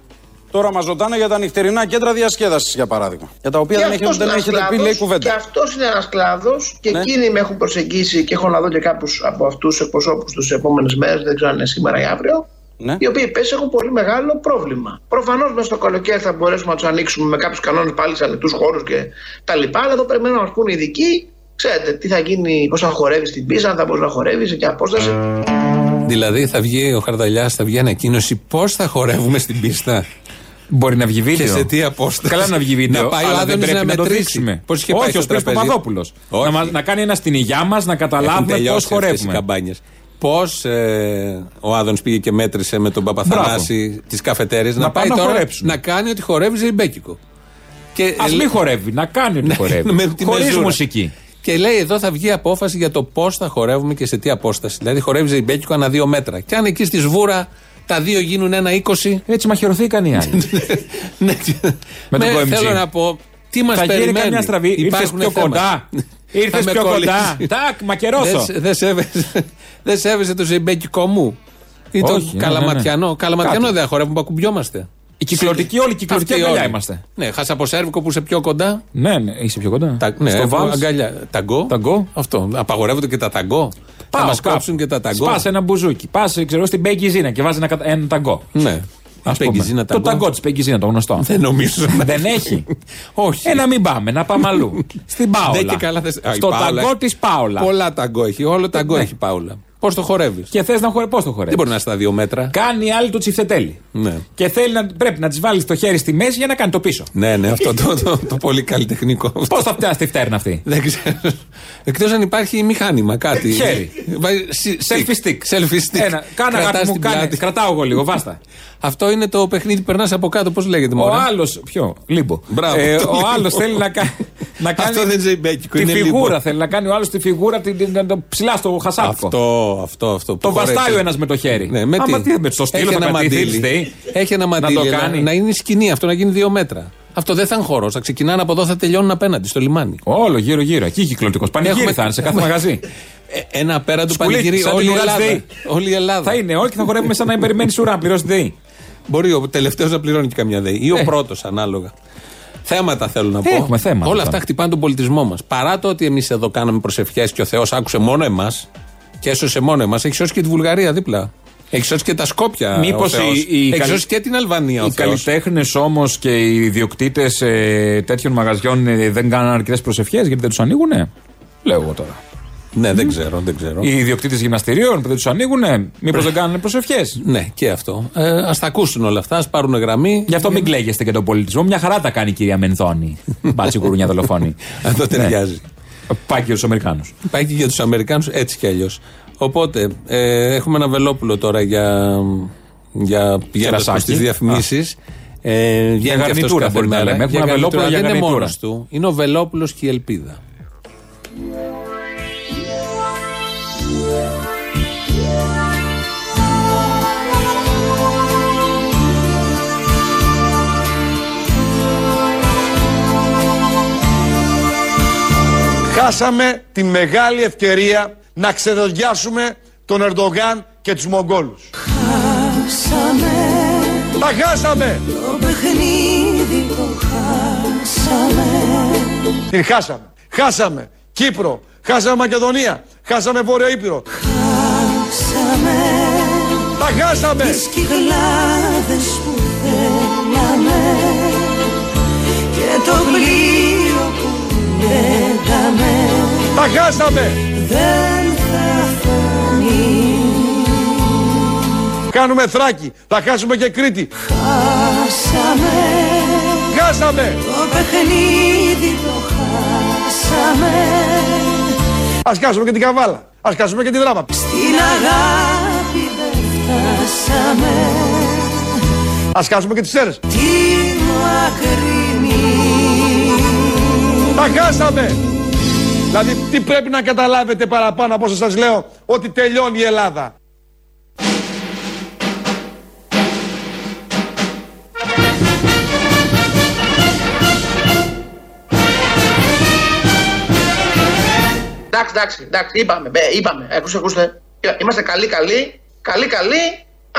Τώρα μας ρωτάνε για τα νυχτερινά κέντρα διασκέδασης, για παράδειγμα. Για τα οποία Και δεν, έχει, αυτός δεν είναι ένας έχετε πει, λέει κλάδος, Και κουβέντα. αυτός είναι ένας κλάδος και Ναι. εκείνοι με έχουν προσεγγίσει και έχω να δω και κάποιους από αυτούς του εκπροσώπους τους επόμενες μέρες, δεν ξέρω αν είναι σήμερα ή αύριο. Ναι. Οι οποίοι πέσει έχουν πολύ μεγάλο πρόβλημα. Προφανώς μέσα στο καλοκαίρι θα μπορέσουμε να τους ανοίξουμε με κάποιους κανόνες πάλι σε ανοιχτούς χώρους και τα λοιπά. Αλλά εδώ περιμένουν να μα πούνε οι ειδικοί, ξέρετε τι θα γίνει, πώς θα χορεύεις στην πίσα, αν θα μπορείς να χορεύεις, σε ποια απόσταση. Δηλαδή θα βγει ο Χαρδαλιάς, θα βγει ανακοίνωση πώς θα χορεύουμε στην πίστα. Μπορεί να βγει βίντεο. Και σε τι απόσταση. Καλά να βγει βίντεο. Να πάει ο αλλά δεν Άδωνης πρέπει να να, το μετρήσει. δείξουμε. Πώς είχε πάει Όχι, στο ο Σπύρος τραπέζι. Παπαδόπουλος. Όχι. Να, μας- να κάνει ένα στην υγειά μας να Έχουν καταλάβουμε πώ τελειώσει αυτές οι χορεύουμε. καμπάνιες. Πώς ε, ο Άδωνης πήγε και μέτρησε με τον Παπαθανάση τις καφετέρες να, Να πάει πάμε να τώρα χορέψουμε. να κάνει ότι χορεύει ζεϊμπέκικο. Και, Ας ε, μην χορεύει, να κάνει ότι Ναι, με χορεύει. τη Χωρίς μεζούρα. μουσική. Και λέει εδώ θα βγει απόφαση για το πώς θα χορεύουμε και σε τι απόσταση. Δηλαδή χορεύει ζεϊμπέκικο ανά δύο μέτρα. Και αν εκεί στη σβούρα τα δύο γίνουν ένα είκοσι. Έτσι μαχαιρωθήκαν οι άλλοι. ναι, και- Με τον OMG. Θέλω να πω, τι μας Θα περιμένει. γίνει καμιά στραβή. Ήρθες Υπάρχουν πιο θέματα. κοντά. Ήρθες Θα με πιο κοντά. κολλήσει. Τάκ, μακερώσω. Δεν- Δεν σέβεσαι, δεν σέβεσαι το ζεϊμπέκικο μου. Ή το Όχι, ναι, καλαματιανό. ναι, ναι. Καλαματιανό Κάτι. δεν χορεύουμε που ακουμπιόμαστε. Η κυκλωτική, όλη η κυκλωτική Αυτοί αγκαλιά όλοι. είμαστε. Ναι, χασαποσέρβικο που είσαι πιο κοντά. Ναι, ναι, είσαι πιο κοντά. Τα, ναι, Στο έχω βάλς. αγκαλιά. Ταγκό. Ταγκό. Αυτό. Απαγορεύονται και τα ταγκό. Πάω θα μα κάπου. κόψουν και τα ταγκό. Σπάς ένα μπουζούκι. Πας, ξέρω, στην Πέγκιζίνα και βάζεις ένα, κατα- ένα ταγκό. Ναι. Ας πούμε. Πέγγιζίνα Το ταγκό της Πέγκιζίνα, το γνωστό. Δεν νομίζω. να Δεν έχει. Όχι. Ε, να μην πάμε, να πάμε αλλού. Στην Πάολα. Δεν και καλά θες- Α, η Στο Πάολα ταγκό έχει- της Πάολα. Πολλά ταγκό έχει. Όλο ταγκό Ναι. έχει Πάολα. Πώς το χορεύεις. Και θες να χορεύει. Πώς το χορεύεις. Δεν μπορεί να είσαι στα δύο μέτρα. Κάνει άλλη το τσιφτετέλι. Ναι. Και θέλει να, πρέπει να της βάλεις το χέρι στη μέση για να κάνει το πίσω. Ναι, ναι, αυτό το, το, το πολύ καλλιτεχνικό. Πώς θα φτιάξει τη φτέρνα αυτή. Δεν ξέρω. Εκτός αν υπάρχει μηχάνημα, κάτι. Χέρι. Βάζει- σι- Selfie stick. Selfie stick. Ένα. Κάνε Κρατάς αγάπη μου, την κάνε. πλάτη. Κρατάω εγώ λίγο, βάστα. Αυτό είναι το παιχνίδι που περνάς από κάτω, πώς λέγεται Ο μωρέ. άλλος. Ποιο, λίμπο. Μπράβο, Ε, το ο λίμπο. άλλος θέλει να, κα- να κάνει. Αυτό δεν είναι ζεϊμπέκικο, Τη είναι λίμπο. φιγούρα θέλει να κάνει ο άλλος τη φιγούρα την, την, να το ψηλά στο χασάπικο. Αυτό, αυτό, αυτό. που Το χορεύει. βαστάει ο ένας με το χέρι. Ναι, με Άμα τι, με το στήλο Έχει θα ένα κρατήσει, μαντίλι. θέλει. Έχει ένα Να το μαντίλι. να- κάνει. Να είναι σκηνή αυτό, να γίνει δύο μέτρα. Αυτό δεν θα είναι χώρο. Θα ξεκινάνε από εδώ, θα τελειώνουν απέναντι στο λιμάνι. Όλο γύρω-γύρω. Εκεί κυκλωτικός. Πανηγύρι θα είναι σε κάθε μαγαζί. Ε, Ένα απέραντο Σκουλίκι, πανηγύρι σαν όλη η την ουράς Ελλάδα. ΔΕΗ. Όλη η Ελλάδα. θα είναι όλοι και θα χορεύουμε σαν να περιμένει σουρά να πληρώσει ΔΕΗ. Ναι, Μπορεί ο τελευταίος να πληρώνει και καμιά ΔΕΗ ή ο Ε. πρώτος ανάλογα. Θέματα θέλω να πω. Έχουμε θέματα Όλα τώρα. αυτά χτυπάνε τον πολιτισμό μας. Παρά το ότι εμείς εδώ κάναμε προσευχές και ο Θεός άκουσε μόνο εμάς και έσωσε μόνο εμάς, έχεις σώσει και τη Βουλγαρία δίπλα. Έχεις σώσει και τα Σκόπια. Μήπως ο Θεός. Έχει σώσει και την Αλβανία ο Οι Θεός. καλλιτέχνες όμως και οι ιδιοκτήτες τέτοιων μαγαζιών ε, δεν κάνουν αρκετές προσευχές γιατί δεν τους ανοίγουν. Λέω εγώ τώρα. Ναι, δεν ξέρω, δεν ξέρω. Οι ιδιοκτήτες γυμναστηρίων που δεν τους ανοίγουν, μήπως δεν κάνουν προσευχές. Ναι, και αυτό. Ε, ας τα ακούσουν όλα αυτά, ας πάρουν γραμμή. Γι' αυτό μην κλαίγεστε και τον πολιτισμό. Μια χαρά τα κάνει η κυρία Μενθόνη. Μπάτσι κουρούνια δολοφόνη. Αυτό Ε, ταιριάζει. Ναι. Πάει και τους Αμερικάνους. Πάει και για τους Αμερικάνους έτσι κι αλλιώς. Οπότε, ε, έχουμε ένα βελόπουλο τώρα για, για πηγαίνοντα Κερασάκι. τι διαφημίσει. Ε, βγαίνει και αυτός γαρνιτούρα κάθε μπορεί να μέρα. λέμε. Έχουμε Για ένα βελόπουλο γαρνιτούρα. για Δεν είναι γαρνιτούρα. μόνος του. Είναι ο Βελόπουλος και η Ελπίδα. Χάσαμε τη μεγάλη ευκαιρία να ξεδοδιάσουμε τον Ερντογάν και τους Μογγόλους. Χάσαμε Τα χάσαμε! το παιχνίδι το χάσαμε Την χάσαμε. Χάσαμε Κύπρο, χάσαμε Μακεδονία, χάσαμε Βόρειο Ήπειρο. Χάσαμε Τα χάσαμε! τις κυκλάδες που θέλαμε Και το πλοίο που λέγαμε Τα χάσαμε! Δεν θα φανεί Κάνουμε Θράκη, θα χάσουμε και Κρήτη. Χάσαμε Χάσαμε! το παιχνίδι το χάσαμε Ας χάσουμε και την Καβάλα, ας χάσουμε και την Δράμα. Στην αγάπη δεν φτάσαμε Ας χάσουμε και τις Σέρες. Τη μακρινή Τα χάσαμε! Δηλαδή τι πρέπει να καταλάβετε παραπάνω από όσα σας λέω ότι τελειώνει η Ελλάδα. Εντάξει, εντάξει, εντάξει, είπαμε, μπε, είπαμε. Ακούστε, ε, ακούστε. Είμαστε καλοί, καλοί, καλοί, καλοί.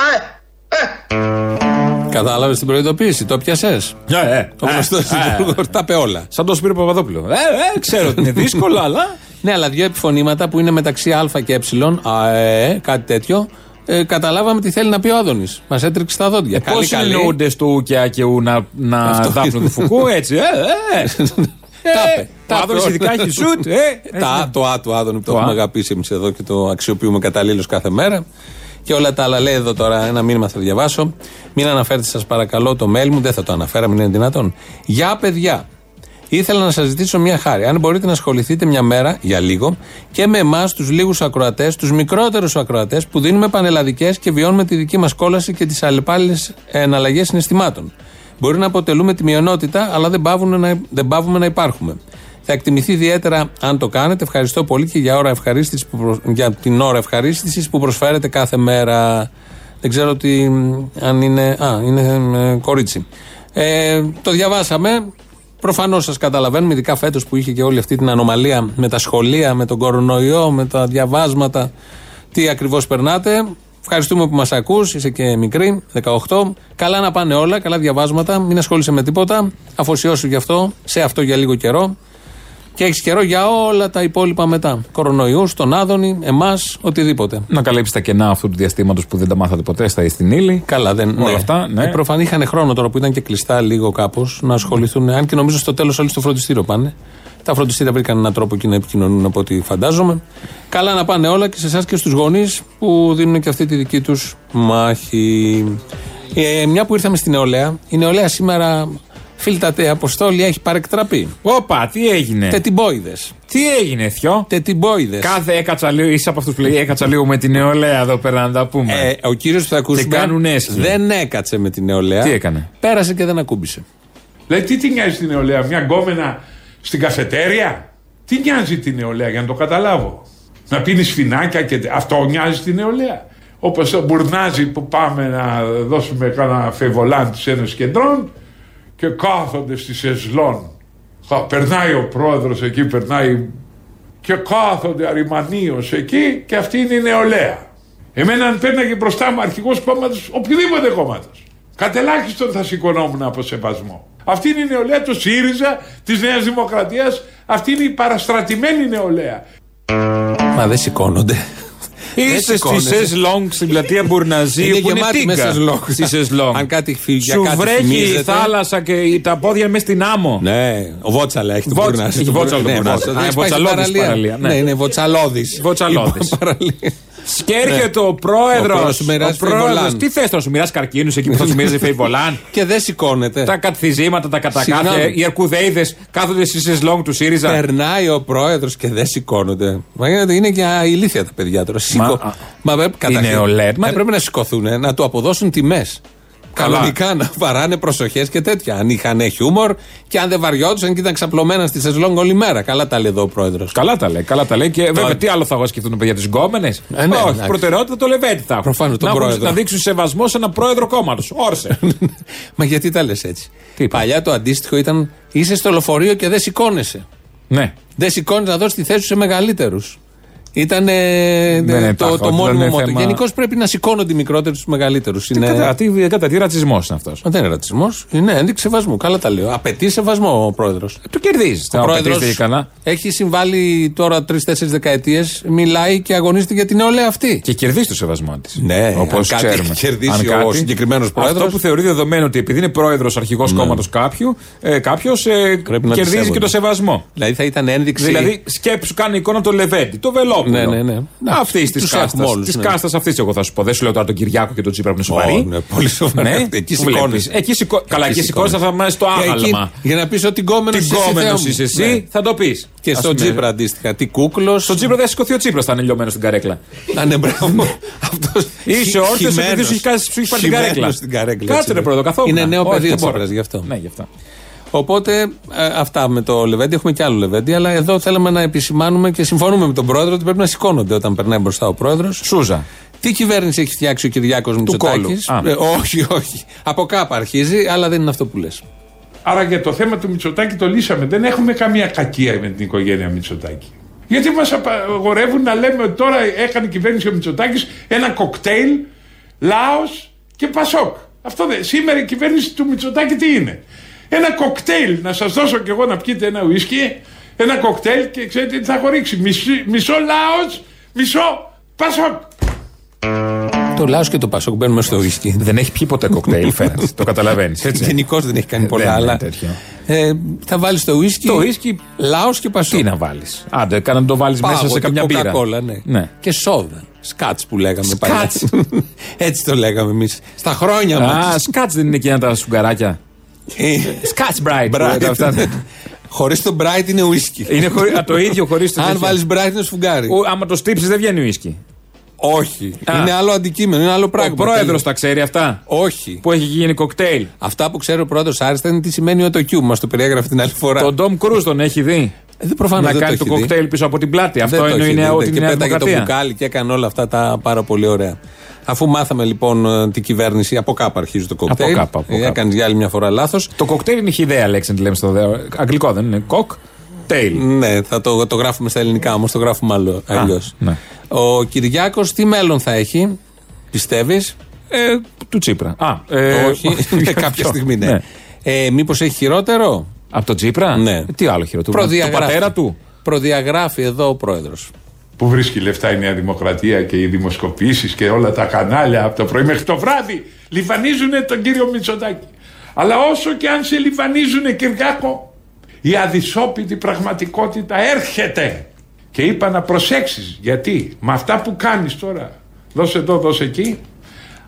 Α, ε, ε. Κατάλαβες την προειδοποίηση, το πιασέ. Ε, ε, Ο γνωστό ε, ε, Υπουργό τα είπε όλα. Σαν το Σπύρο Παπαδόπουλο. Ε, ε, ξέρω ότι είναι δύσκολο, αλλά. Ναι, αλλά δύο επιφωνήματα που είναι μεταξύ Α και Ε, ΑΕ, κάτι τέτοιο, ε, καταλάβαμε τι θέλει να πει ο Άδωνης. Μας έτριξε τα δόντια. Πώ συνεννοούνται στο ουκιά και ου να, να Ε, Αυτό. δάπνουν του φουκού, έτσι. Ε, ε, ε. Τα είπε. Τα άδωνε Ε, ειδικά έχει σουτ. ε, έτσι. Τα, το Α του Άδωνη που το, Το έχουμε Α. αγαπήσει εμείς εδώ και το αξιοποιούμε καταλήλως κάθε μέρα. Και όλα τα άλλα λέει εδώ τώρα ένα μήνυμα θα διαβάσω. Μην αναφέρετε σας παρακαλώ το mail μου, δεν θα το αναφέραμε, είναι δυνατόν. Γεια παιδιά. Ήθελα να σας ζητήσω μια χάρη. Αν μπορείτε να ασχοληθείτε μια μέρα, για λίγο, και με εμάς, τους λίγους ακροατές, τους μικρότερους ακροατές που δίνουμε πανελλαδικές και βιώνουμε τη δική μας κόλαση και τις αλλεπάλληλες εναλλαγές συναισθημάτων. Μπορεί να αποτελούμε τη μειονότητα, αλλά δεν πάβουμε να, δεν πάβουμε να υπάρχουμε. Θα εκτιμηθεί ιδιαίτερα αν το κάνετε. Ευχαριστώ πολύ και για, ώρα ευχαρίστησης που προ- για την ώρα ευχαρίστησης που προσφέρετε κάθε μέρα. Δεν ξέρω τι, μ, αν είναι. Α, είναι ε, κορίτσι. Ε, το διαβάσαμε. Προφανώς σας καταλαβαίνουμε, ειδικά φέτος που είχε και όλη αυτή την ανομαλία με τα σχολεία, με τον κορονοϊό, με τα διαβάσματα. Τι ακριβώς περνάτε. Ευχαριστούμε που μας ακούς. Είσαι και μικρή, 18. Καλά να πάνε όλα, καλά διαβάσματα. Μην ασχολείσαι με τίποτα. Αφοσιώσου γι' αυτό, σε αυτό για λίγο καιρό. Και έχεις καιρό για όλα τα υπόλοιπα μετά. Κορονοϊούς, τον Άδωνη, εμάς, οτιδήποτε. Να καλύψεις τα κενά αυτού του διαστήματος που δεν τα μάθατε ποτέ στα στην ύλη. Καλά, δεν. Όλα αυτά, ναι. Ε, προφανή είχαν χρόνο τώρα που ήταν και κλειστά λίγο κάπως να ασχοληθούν. Αν και νομίζω στο τέλος όλοι στο φροντιστήριο πάνε. Τα φροντιστήρια βρήκαν έναν τρόπο εκεί να επικοινωνούν από ό,τι φαντάζομαι. Καλά να πάνε όλα και σε εσάς και στους γονείς που δίνουν και αυτή τη δική τους μάχη. Ε, μια που ήρθαμε στην νεολαία, η νεολαία σήμερα, φίλτατε, αποστόλια έχει παρεκτραπεί. Ναι. Όπα, τι έγινε. Τετιμπόιδες. Τι έγινε, θιό. Τετιμπόιδες. Κάθε έκατσα λίγο, είσαι από αυτούς που λέει έκατσα λίγο με την νεολαία εδώ πέρα να τα πούμε. Ε, ο κύριος που θα ακούσουμε Και κάνουν αίσθημα. δεν έκατσε με την νεολαία. Τι έκανε? Πέρασε και δεν ακούμπησε. Δηλαδή, τι τη νοιάζει την νεολαία, μια γκόμενα στην καφετέρια. Τι νοιάζει την νεολαία, για να το καταλάβω. Να πίνεις φινάκια και τε- αυτό νοιάζει την νεολαία. Όπως το μπουρνάζι που πάμε να δώσουμε κάνα φεβολάν της Ένωσης Κεντρών και κάθονται στη Σεσλόν. Χα, Περνάει ο πρόεδρος εκεί, περνάει και κάθονται αριμανίως εκεί και αυτή είναι η νεολαία. Εμένα αν πέρναγε μπροστά μου αρχηγός κόμματος, οποιοδήποτε κόμματος. Κατελάχιστον θα σηκωνόμουν από σεβασμό. Αυτή είναι η νεολαία του ΣΥΡΙΖΑ, της Νέας Δημοκρατίας. Αυτή είναι η παραστρατημένη νεολαία. Μα δεν σηκώνονται. δεν Είσαι στη σηκώνεσαι. Σεσλόγκ στην πλατεία Μπουρναζή που είναι γεμάτη με τίγκα. σεσλόγκ. Στη Σεσλόγκ. Αν κάτι φύγει, για Σου κάτι βρέχει η θυμίζεται. θάλασσα και η- τα πόδια μέσα στην άμμο. Ναι, ο Βότσαλα έχει τον Ναι, Βότσα- Μπουρνά. έχει Βότσαλα τον Μπουρνά. Α, Βοτσαλώδης παραλία, Ναι, ναι. Λοιπόν, είναι Βοτσαλώδης. Βοτσαλώδης. Και έρχεται ο Ναι. Ο πρόεδρος. πρόεδρος σου μοιράζει φεϊβολάν. Τι θες να σου μοιράσει καρκίνους εκεί που θα σου μοιράζει φεϊβολάν. Και δεν σηκώνεται. τα κατθυζήματα, τα κατακάθια, Ε. Συγγνώμη. οι αρκουδέιδες κάθονται στις σεσλόγκ του ΣΥΡΙΖΑ. Περνάει ο πρόεδρος και δεν σηκώνονται. Μα είναι- είναι και ηλίθια τα παιδιά τώρα. Σήκω. α, Μα πρέπει καταρχήν- νεολαία. θα Πρέπει να σηκωθούν, να του αποδώσουν τιμές. Καλά. Κανονικά να βαράνε προσοχές και τέτοια. Αν είχαν χιούμορ και αν δεν βαριόντουσαν και ήταν ξαπλωμένα στη Σεσλόγκ όλη μέρα. Καλά τα λέει εδώ ο πρόεδρος. Καλά τα λέει, καλά τα λέει. Και βέβαια, τι άλλο θα σκεφτούν παιδιά, τις γκόμενες. Ε, ναι, Όχι, εντάξει. προτεραιότητα το Λεβέντι θα έχουν. Προφανώς, τον να, έχουν- πρόεδρο. Ναι. να δείξουν σεβασμό σε ένα πρόεδρο κόμματος. Όρσε. Μα γιατί τα λες έτσι. Τι είπα. Παλιά το αντίστοιχο ήταν είσαι στο λεωφορείο και δεν σηκώνεσαι. ναι. Δεν σηκώνεις να δώσεις τη θέση σου σε μεγαλύτερους. Ήταν Δεν είναι το, τάχος, το δεν μόνιμο είναι μότο. θέμα- Γενικώς πρέπει να σηκώνονται οι μικρότεροι στου μεγαλύτερου. Είναι... Κατά, Ε, τι, κατά τι ρατσισμός είναι αυτός. Μα Δεν είναι ρατσισμός. Είναι ένδειξη σεβασμού. Καλά τα λέω. Απαιτεί σεβασμό ο πρόεδρος. Το κερδίζεις. Ο Το Ε, απαιτείται καλά. έχει συμβάλει τώρα τρει-τέσσερι δεκαετίες. Μιλάει και αγωνίζεται για την νεολαία αυτή. Και κερδίζει το σεβασμό της. Ναι, όπω αν κάτι ξέρουμε. κερδίσει ο συγκεκριμένος πρόεδρος. Αυτό που θεωρεί δεδομένο ότι επειδή είναι πρόεδρος αρχηγός ναι. κόμματος κάποιου, ε, κάποιος ε, Πρέπει να τη κερδίζει και σέβονται. το σεβασμό. Δηλαδή θα ήταν ένδειξη. Δηλαδή, σκέψου, κάνει εικόνα το Λεβέντι, το Βελόπουλο. Ναι, ναι, ναι. Αυτής της Τους κάστας. έχουμε όλους, Της ναι. κάστας αυτής, εγώ θα σου πω. Δεν σου λέω τώρα τον Κυριάκο και τον Τσίπρα που είναι Ω, σοβαροί. ναι, πολύ σοβαροί. Ναι, Εκεί βλέπεις. σηκώνεσαι. Εκεί σηκώ- Καλά, εκεί σηκώνεις, θα μάθει το Και εκεί- άγαλμα. για να πεις ότι γκόμενος Τι κόμενο είσαι εσύ, θα το πεις. Ναι. Και στον Τσίπρα αντίστοιχα. Τι κούκλος. Στον Τσίπρα δεν έχει σηκωθεί ο Τσίπρα, θα είναι λιωμένος στην καρέκλα. Να είναι μπράβο. Αυτός. Είσαι όρθιος επειδή σου έχει κάσει- σου έχει πάρει την καρέκλα. Στην καρέκλα Κάτσε ρε έτσι. ναι. πρόεδρο, καθόλου. Είναι νέο Όχι, παιδί δεν ο μπορώ. Τσίπρας γι' αυτό. Ναι, γι' αυτό. Οπότε ε, αυτά με το Λεβέντι. Έχουμε και άλλο Λεβέντι. Αλλά εδώ θέλαμε να επισημάνουμε και συμφωνούμε με τον πρόεδρο ότι πρέπει να σηκώνονται όταν περνάει μπροστά ο πρόεδρος. Σούζα. Τι κυβέρνηση έχει φτιάξει ο Κυριάκος Μητσοτάκη. κόλου. Α. όχι, όχι. Από κάπου αρχίζει, αλλά δεν είναι αυτό που λες. Άρα για το θέμα του Μητσοτάκη το λύσαμε. Δεν έχουμε καμία κακία με την οικογένεια Μητσοτάκη. Γιατί μας απαγορεύουν να λέμε ότι τώρα έκανε η κυβέρνηση ο Μητσοτάκης ένα κοκτέιλ Λάος και Πασόκ. Αυτό δεν. Σήμερα η κυβέρνηση του Μητσοτάκη τι είναι. Ένα κοκτέιλ. Να σας δώσω κι εγώ να πιείτε ένα ουίσκι. Ένα κοκτέιλ και ξέρετε τι θα χωρίξει. Μισή- μισό λαό, μισό πασόκ. Το λαό και το πασόκ μπαίνουμε στο ουίσκι. Δεν έχει πιει ποτέ κοκτέιλ, φαίνεται. το καταλαβαίνεις. Γενικώς δεν έχει κάνει πολλά, είναι αλλά. τέτοιο. Ε, θα βάλεις το ουίσκι. Το ουίσκι, Λαό και πασόκ. τι να βάλεις. Άντε, κάνα να το βάλεις Πάγο μέσα σε και καμιά μπύρα. Coca-Cola, ναι. Ναι. Και σόδα. Σκάτ που λέγαμε παλιά. Σκάτς. Έτσι το λέγαμε εμείς. Στα χρόνια μα. Α, σκάτ δεν είναι εκείνα τα σουγκαράκια. Σκάτ μπράιτ. Χωρίς το bright είναι ουίσκι. Είναι χωρί- α, το ίδιο χωρίς το Αν τέτοιο. βάλεις bright είναι σφουγγάρι. ε, Ο- Άμα το στύψεις δεν βγαίνει ουίσκι. Όχι. Α. Είναι άλλο αντικείμενο, είναι άλλο Ο πράγμα. πρόεδρος Τέλος. τα ξέρει αυτά. Όχι. Που έχει γίνει κοκτέιλ. Αυτά που ξέρει ο πρόεδρος Άριστα είναι τι σημαίνει ο το Q. Μας το περιέγραφε την άλλη φορά. Τον Ντόμ Κρούζ τον έχει δει. Ε, Δεν προφανώς Να δεν κάνει το το έχει δει. κοκτέιλ πίσω από την πλάτη. Δεν Αυτό το είναι έχει η δει, νέα δεν. ότι Και είναι η πέταγε το δημοκρατία. μπουκάλι και έκανε όλα αυτά τα πάρα πολύ ωραία. Αφού μάθαμε λοιπόν ε, την κυβέρνηση, από κάπου αρχίζει το κοκτέιλ. Από κάπου, από κάπου. Έκανε για άλλη μια φορά λάθος. Το κοκτέιλ είναι χιδέα λέξη, τη λέμε στο δε- αγγλικό, δεν είναι. Κοκτέιλ. Ναι, θα το, το γράφουμε στα ελληνικά όμως, το γράφουμε άλλο, αλλιώς. ναι. Ο Κυριάκος τι μέλλον θα έχει, πιστεύεις. Ε, του Τσίπρα. Α, ε, Όχι, κάποια αυτό. στιγμή ναι. Ε, Μήπως έχει χειρότερο, Από τον Τσίπρα? Ναι. Τι άλλο χειρότερο. Του πατέρα του. Προδιαγράφει εδώ ο πρόεδρος. Που βρίσκει λεφτά η Νέα Δημοκρατία και οι δημοσκοπήσεις και όλα τα κανάλια από το πρωί μέχρι το βράδυ. Λιβανίζουν τον κύριο Μητσοτάκη. Αλλά όσο και αν σε λιβανίζουν, Κυριάκο, η αδυσόπιτη πραγματικότητα έρχεται. Και είπα να προσέξεις γιατί με αυτά που κάνεις τώρα, δώσε εδώ, δώσε εκεί,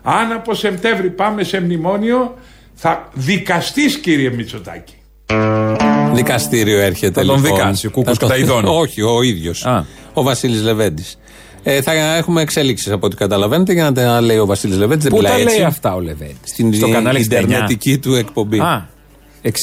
αν από Σεπτέμβρη πάμε σε μνημόνιο, θα δικαστείς κύριε Μητσοτάκη. Δικαστήριο έρχεται. Θα τον λοιπόν. δικάσει, ο Κούκος Θα τον- και τα ειδώνει. Όχι, ο ίδιος. Α. Ο Βασίλης Λεβέντης. Ε, θα έχουμε εξέλιξει από ό,τι καταλαβαίνετε για να τα λέει ο Βασίλης Λεβέντης. Δεν Πού μιλάει τα έτσι. λέει αυτά ο Λεβέντης. Στην Στο ι- κανάλι 69. Ιντερνετική του εκπομπή. Α,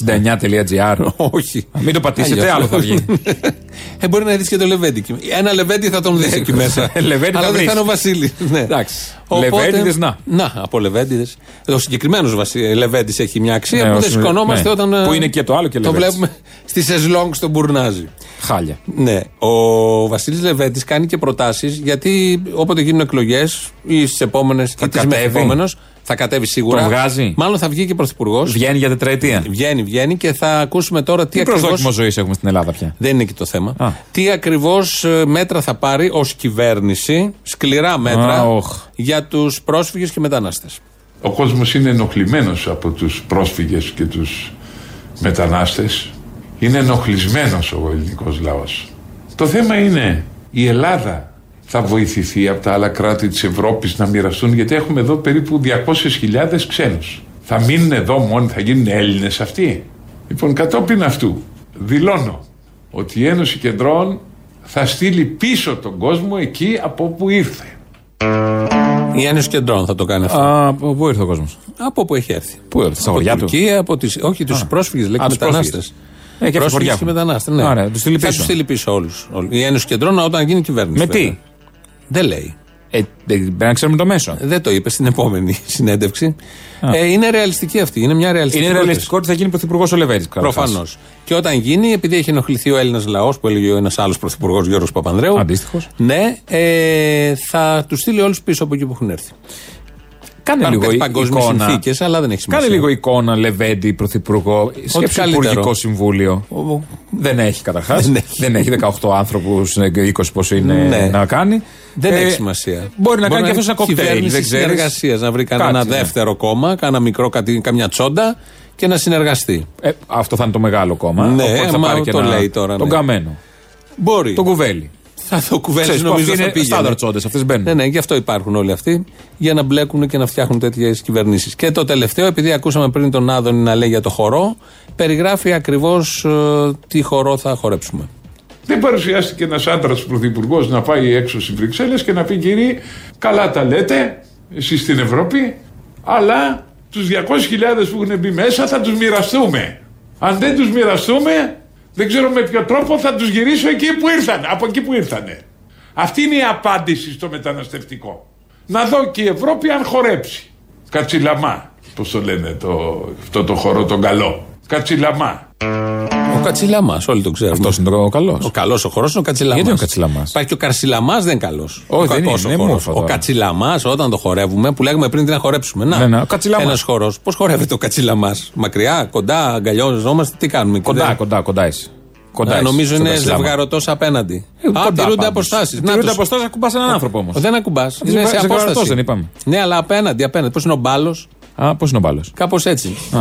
69.gr. Όχι. Μην το πατήσετε, Αλλιώς. άλλο θα βγει. ε, μπορεί να δεις και το Λεβέντι. εκεί. Ένα Λεβέντι θα τον δεις εκεί μέσα. Λεβέντι Ναι, θα Αλλά δεν βρεις. θα είναι ο Βασίλης. Ναι. Εντάξει. Λεβέντιδες, να. Να, από Λεβέντιδες. Ο συγκεκριμένος Λεβέντι έχει μια αξία Ναι, που ο δεν συ- σκονόμαστε ναι. όταν. ε, Που είναι και το άλλο και Το Λεβέντης. βλέπουμε στι Σεσλόγκ στον Μπουρνάζι. Χάλια. Ναι. Ο Βασίλης Λεβέντης κάνει και προτάσεις γιατί όποτε γίνουν εκλογές ή στις επόμενες ή τις κατέβει. μεθεπόμενες θα κατέβει σίγουρα. Τον βγάζει. Μάλλον θα βγει και πρωθυπουργός. Βγαίνει για τετραετία. Βγαίνει, βγαίνει και θα ακούσουμε τώρα τι Τι ακριβώς. προσδόκιμο ζωής έχουμε στην Ελλάδα πια. Δεν είναι εκεί το θέμα. Α. Τι ακριβώς μέτρα θα πάρει ως κυβέρνηση, σκληρά μέτρα, Α, οχ. για τους πρόσφυγες και μετανάστες. Ο κόσμος είναι ενοχλημένος από τους πρόσφυγες και τους μετανάστες. Είναι ενοχλισμένος ο ελληνικός λαός. Το θέμα είναι η Ελλάδα θα βοηθηθεί από τα άλλα κράτη της Ευρώπης να μοιραστούν γιατί έχουμε εδώ περίπου 200.000 ξένους. Θα μείνουν εδώ μόνοι, θα γίνουν Έλληνες αυτοί. Λοιπόν, κατόπιν αυτού δηλώνω ότι η Ένωση Κεντρών θα στείλει πίσω τον κόσμο εκεί από όπου ήρθε. Η Ένωση Κεντρών θα το κάνει αυτό. Α, από πού ήρθε ο κόσμος. Από όπου έχει έρθει. Πού ήρθε, στα από χωριά του. Τουρκία, από τις, όχι τους πρόσφυγες, λέει Α, και τους μετανάστες. πρόσφυγες. Ε, και από τα χωριά και μου. μετανάστες. Ναι. Ωραία, τους στείλει θα πίσω. του στείλει πίσω όλους. Η Ένωση Κεντρών όταν γίνει κυβέρνηση. Με βέβαια. τι. Δεν λέει. Ε, δεν- πρέπει να ξέρουμε το μέσο. Δεν το είπες στην επόμενη συνέντευξη. Ε, είναι ρεαλιστική αυτή. Είναι μια ρεαλιστική. Είναι πρόταση. ρεαλιστικό ότι θα γίνει πρωθυπουργός ο Λεβέντη. Προφανώς. Και όταν γίνει, επειδή έχει ενοχληθεί ο Έλληνας λαός, που έλεγε ένας άλλος πρωθυπουργός Γιώργος Παπανδρέου. Αντίστοιχος. Ναι, ε, θα τους στείλει όλους πίσω από εκεί που έχουν έρθει. Κάνε Ναι, λίγο Υπάρχουν παγκόσμιες εικόνα. συνθήκες, αλλά δεν έχει σημασία. Κάνε λίγο εικόνα Λεβέντη, πρωθυπουργό. Σκέψου καλύτερο. υπουργικό συμβούλιο. Δεν έχει καταρχάς. Δεν έχει. Δεν έχει 18 άνθρωπου, 20 πώ είναι Ναι. να κάνει. Δεν Ε, έχει σημασία. Μπορεί να κάνει και αυτός ένα κοκτέιλ. κυβέρνηση Δεν ξέρεις. συνεργασίας, να βρει κανένα Κάτσε, ναι. δεύτερο κόμμα, κάνα μικρό, κάτι, καμιά τσόντα και να συνεργαστεί. Ε, αυτό θα είναι το μεγάλο κόμμα. Ναι, οπότε θα μα πάρει και το ένα- λέει τώρα, Τον ναι. καμένο. Μπορεί. Τον κουβέλι. Θα το κουβέρνηση Ξέρεις, που νομίζω αυτοί θα είναι πήγαινε. στάνταρ τσόντες, αυτές μπαίνουν. Ναι, ναι, γι' αυτό υπάρχουν όλοι αυτοί. Για να μπλέκουν και να φτιάχνουν τέτοιες κυβερνήσεις. Και το τελευταίο, επειδή ακούσαμε πριν τον Άδωνη να λέει για το χορό, περιγράφει ακριβώς τι χορό θα χορέψουμε. Δεν παρουσιάστηκε ένας άντρας πρωθυπουργός να πάει έξω στις Βρυξέλλες και να πει κύριοι, καλά τα λέτε εσείς στην Ευρώπη, αλλά τους 200.000 που έχουν μπει μέσα θα τους μοιραστούμε. Αν δεν τους μοιραστούμε, δεν ξέρω με ποιο τρόπο θα τους γυρίσω εκεί που ήρθαν, από εκεί που ήρθανε. Αυτή είναι η απάντηση στο μεταναστευτικό. Να δω και η Ευρώπη αν χορέψει. Κατσιλαμά, πώς το λένε το, αυτό το χορό τον καλό. Κατσιλαμά. Ο Κατσιλαμάς, όλοι το ξέρουμε. Αυτός είναι το καλός. Ο καλός ο χώρο είναι ο Κατσιλαμάς. Γιατί ο Κατσιλαμάς? Υπάρχει και ο Καρσιλαμάς δεν είναι καλός. Όχι, δεν είναι, είναι μούφα Ο τώρα. Κατσιλαμάς, όταν το χορεύουμε, που λέγαμε πριν τι να χορέψουμε. Να, Ναι, ναι, ο Κατσιλαμάς. Ένας χώρο. Πώς χορεύεται ο Κατσιλαμάς. Μακριά, κοντά, αγκαλιάζομαστε, τι κάνουμε. Κοντά, δεν- κοντά, κοντά είσαι. Κοντά Α, είσαι ναι. νομίζω στον είναι Κατσιλαμά. ζευγαρωτός απέναντι. Ε, Α, κοντά τηρούνται πάντως. αποστάσεις. Τηρούνται αποστάσεις, ακουμπάς έναν άνθρωπο όμως. Δεν ακουμπάς. Είναι Ζευγα- σε ζευγαρωτός απόσταση. δεν είπαμε. Ναι, αλλά απέναντι, απέναντι. Πώς είναι ο μπάλος, Α, πώς είναι ο μπάλος. κάπως έτσι. Α.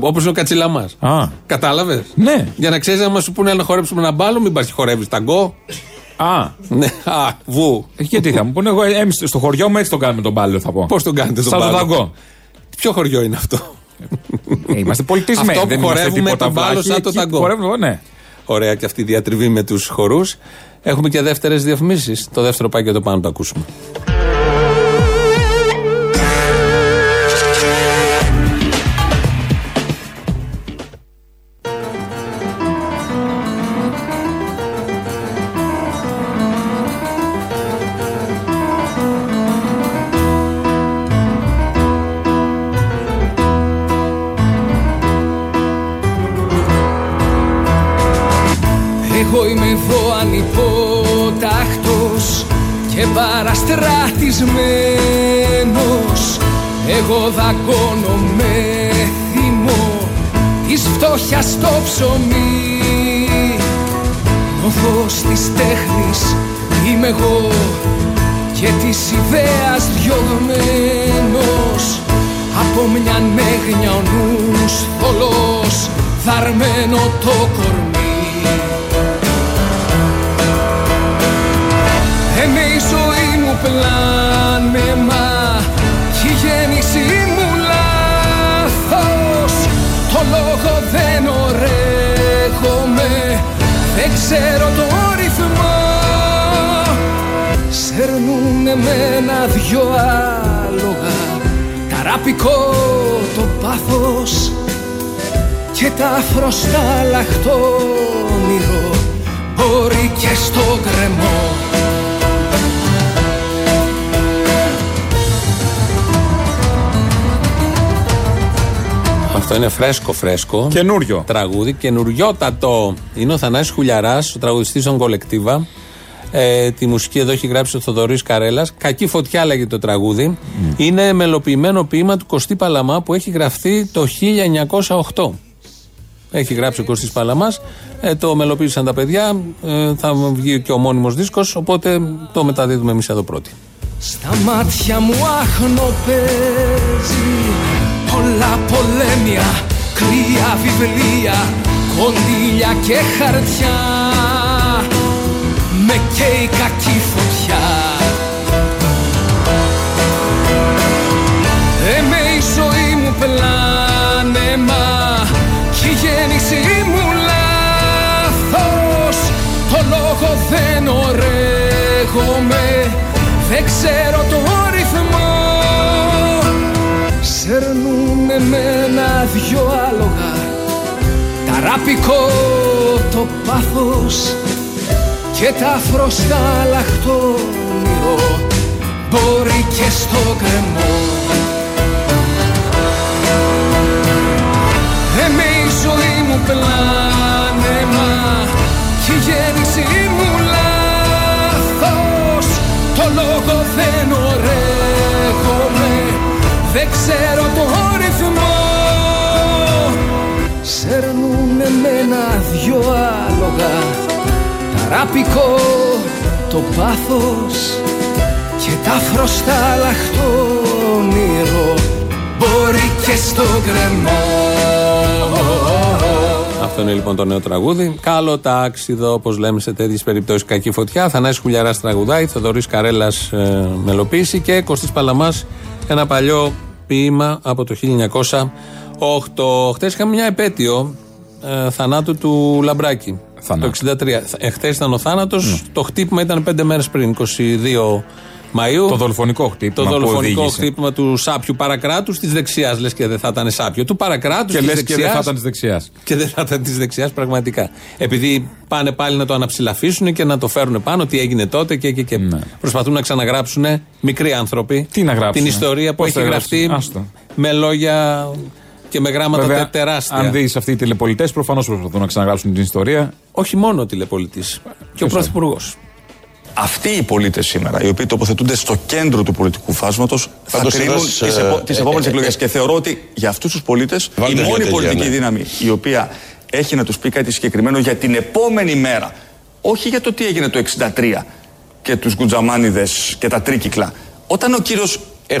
Όπω είναι ο Κατσιλαμάς. Α. Κατάλαβες. Ναι. Για να ξέρεις, άμα σου πούνε να χορέψουμε ένα μπάλο, μην πας χορεύει ταγκό. Α, Ναι, α, βου. ε, και τι θα μου πούνε, εγώ ε, εμείς στο χωριό μου έτσι τον κάνουμε τον μπάλο, θα πω. Πώς τον κάνετε τον Σαν μπάλο. τον ταγκό. Ποιο χωριό είναι αυτό. Ε, είμαστε πολιτισμένοι. Αυτό που δεν είμαστε χορεύουμε τίποτα τον μπάλο βλάχοι, σαν τον εκεί που ταγκό. Χορεύουμε, ναι. Ωραία και αυτή η διατριβή με τους χορούς. Έχουμε και δεύτερες διαφημίσεις. Το δεύτερο πάει και το πάνω να το ακούσουμε. Εγώ είμαι εδώ ανυπόταχτος και παραστρατισμένος Εγώ δαγκώνω με θυμό της φτώχειας το ψωμί Νοφός της τέχνης είμαι εγώ και της ιδέας διωγμένος από μια νέγνια ο νους θολός δαρμένο το κορμί Είναι Ε, η ζωή μου πλάνεμα κι η γέννησή μου λάθος Το λόγο δεν ορέχομαι, δεν ξέρω το ρυθμό Σέρνουνε με ένα δυο άλογα Ταραπικό το πάθος και τα φρωστά λαχτόνυρο μπορεί και στο κρεμό Αυτό είναι φρέσκο φρέσκο. Καινούριο. Τραγούδι, καινουριότατο. Είναι ο Θανάης Χουλιαράς, ο τραγουδιστής των Κολεκτίβα. Ε, τη μουσική εδώ έχει γράψει ο Θοδωρής Καρέλας. Κακή φωτιά λέγεται το τραγούδι. Είναι μελοποιημένο ποίημα του Κωστή Παλαμά που έχει γραφτεί το 1908. Έχει γράψει ο Κωστής Παλαμάς. Ε, το μελοποίησαν τα παιδιά. Ε, θα βγει και ο μόνιμος δίσκος. Οπότε το μεταδίδουμε εμείς εδώ πρώτοι. Στα μάτια μου άχνο παίζει Πολλά πολέμια, κρύα βιβλία Κονδύλια και χαρτιά Με καίει κακή φωτιά Εμέ Ε, η ζωή μου πλάνεμα Κι η γέννησή μου λάθος Το λόγο δεν ορέγομαι Δεν ξέρω το ρυθμό Σέρνουνε με ένα δυο άλογα Ταραπικό το πάθος Και τα φρωστά λαχτόνυρο Μπορεί και στο κρεμό Εμεί Ε, η ζωή μου πλάνεμα και η γέννησή μου λάθος Το λόγο δεν ορέγομαι, δεν ξέρω το ρυθμό Σέρνουνε με ένα δυο άλογα Ταράπικο το πάθος και τα φρωστά λαχτόνυρο μπορεί και στο κρεμό. Αυτό είναι λοιπόν το νέο τραγούδι. Καλό τάξιδο, όπως λέμε σε τέτοιες περιπτώσεις, κακή φωτιά. Θανάη Χουλιαράς τραγουδάει, Θοδωρής Καρέλας ε, μελοποίηση και Κωστής Παλαμάς ένα παλιό ποίημα από το 1908. Χθες είχαμε μια επέτειο ε, θανάτου του Λαμπράκη. Θανάτου. Το 63. Εχθέ ήταν ο θάνατος, Ναι. το χτύπημα ήταν 5 μέρες πριν, 22 Μαΐου. Το δολοφονικό χτύπημα. Το που δολοφονικό οδήγησε. χτύπημα του σάπιου παρακράτους της δεξιάς. Λες και δεν θα ήταν σάπιο. Του παρακράτους Και της λες δεξιά. και δεν θα ήταν της δεξιάς. Και δεν θα ήταν της δεξιάς πραγματικά. Επειδή πάνε πάλι να το αναψηλαφίσουν και να το φέρουν πάνω, τι έγινε τότε και. και, και. Ναι. Προσπαθούν να ξαναγράψουν μικροί άνθρωποι Τι να γράψουνε? την ιστορία που Πώς έχει θα γραφτεί γράψουνε? Άστο. με λόγια Και με γράμματα τε- τεράστια. Αν δεις αυτοί οι τηλεπολιτές, προφανώς προσπαθούν να ξαναγράψουν την ιστορία. Όχι μόνο ο τηλεπολιτής. Και ο Πρωθυπουργός. Αυτοί οι πολίτες σήμερα, οι οποίοι τοποθετούνται στο κέντρο του πολιτικού φάσματος, θα Πάντως, κρίνουν ένας, τι ε, επο... τις ε, επόμενες ε, ε, εκλογέ. Και θεωρώ ότι για αυτούς τους πολίτες, η Βάλτε δύο μόνη τέτοια, πολιτική ναι. δύναμη η οποία έχει να τους πει κάτι συγκεκριμένο για την επόμενη μέρα, όχι για το τι έγινε το 63 και τους γκουτζαμάνιδες και τα τρίκυκλα. Όταν ο κύριος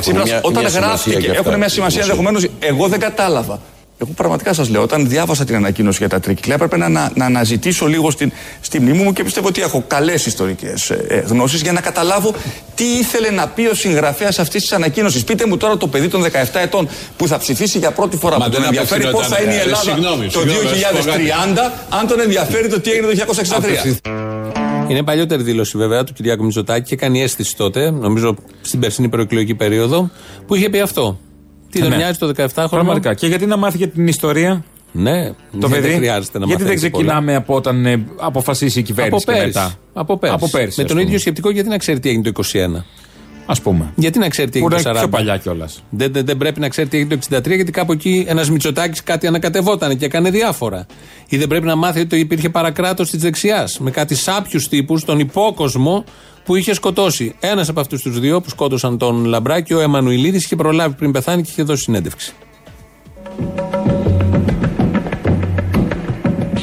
Τσίπρας, μια- όταν μια σημασία γράφτηκε, και αυτά, έχουν μια σημασία δημοσίως. ενδεχομένως. Εγώ δεν κατάλαβα. Εγώ πραγματικά σας λέω, όταν διάβασα την ανακοίνωση για τα τρίκυκλα, έπρεπε να, να, να αναζητήσω λίγο στην, στη μνήμη μου και πιστεύω ότι έχω καλές ιστορικές ε, γνώσεις για να καταλάβω τι ήθελε να πει ο συγγραφέας αυτής της ανακοίνωσης. Πείτε μου τώρα το παιδί των 17 ετών που θα ψηφίσει για πρώτη φορά. Μα που δεν τον ενδιαφέρει πώ θα απευθυνόταν, είναι η ε, Ελλάδα συγγνώμη, το συγγνώμη, να σου πω κάτι. 2030, αν τον ενδιαφέρει το τι έγινε το 1963. Είναι παλιότερη δήλωση βέβαια του Κυριάκου Μητσοτάκη. Είχε κάνει αίσθηση τότε, νομίζω στην περσινή προεκλογική περίοδο, που είχε πει αυτό. Τι τον Ναι. νοιάζει το 17χρονο. Πραγματικά. Και γιατί να μάθει για την ιστορία. Ναι, το δεν παιδί. χρειάζεται να γιατί δεν μαθαίνεις ξεκινάμε από όταν ε, αποφασίσει η Από κυβέρνηση και πέρσι. μετά. Από πέρσι. Από πέρσι, Με ας τον πούμε. ίδιο σκεπτικό, γιατί να ξέρει τι έγινε το 21. Ας πούμε. Γιατί να ξέρει τι Που έγινε είναι το 40. πιο παλιά κιόλας. Δεν, δεν, δεν πρέπει να ξέρει τι έγινε το 63, γιατί κάπου εκεί ένας Μητσοτάκης κάτι ανακατευόταν και έκανε διάφορα. Ή δεν πρέπει να μάθει ότι υπήρχε παρακράτος της δεξιάς με κάτι σάπιους τύπους, τον υπόκοσμο που είχε σκοτώσει. Ένας από αυτούς τους δύο που σκότωσαν τον Λαμπράκη, ο Εμμανουιλίδη, είχε προλάβει πριν πεθάνει και είχε δώσει συνέντευξη.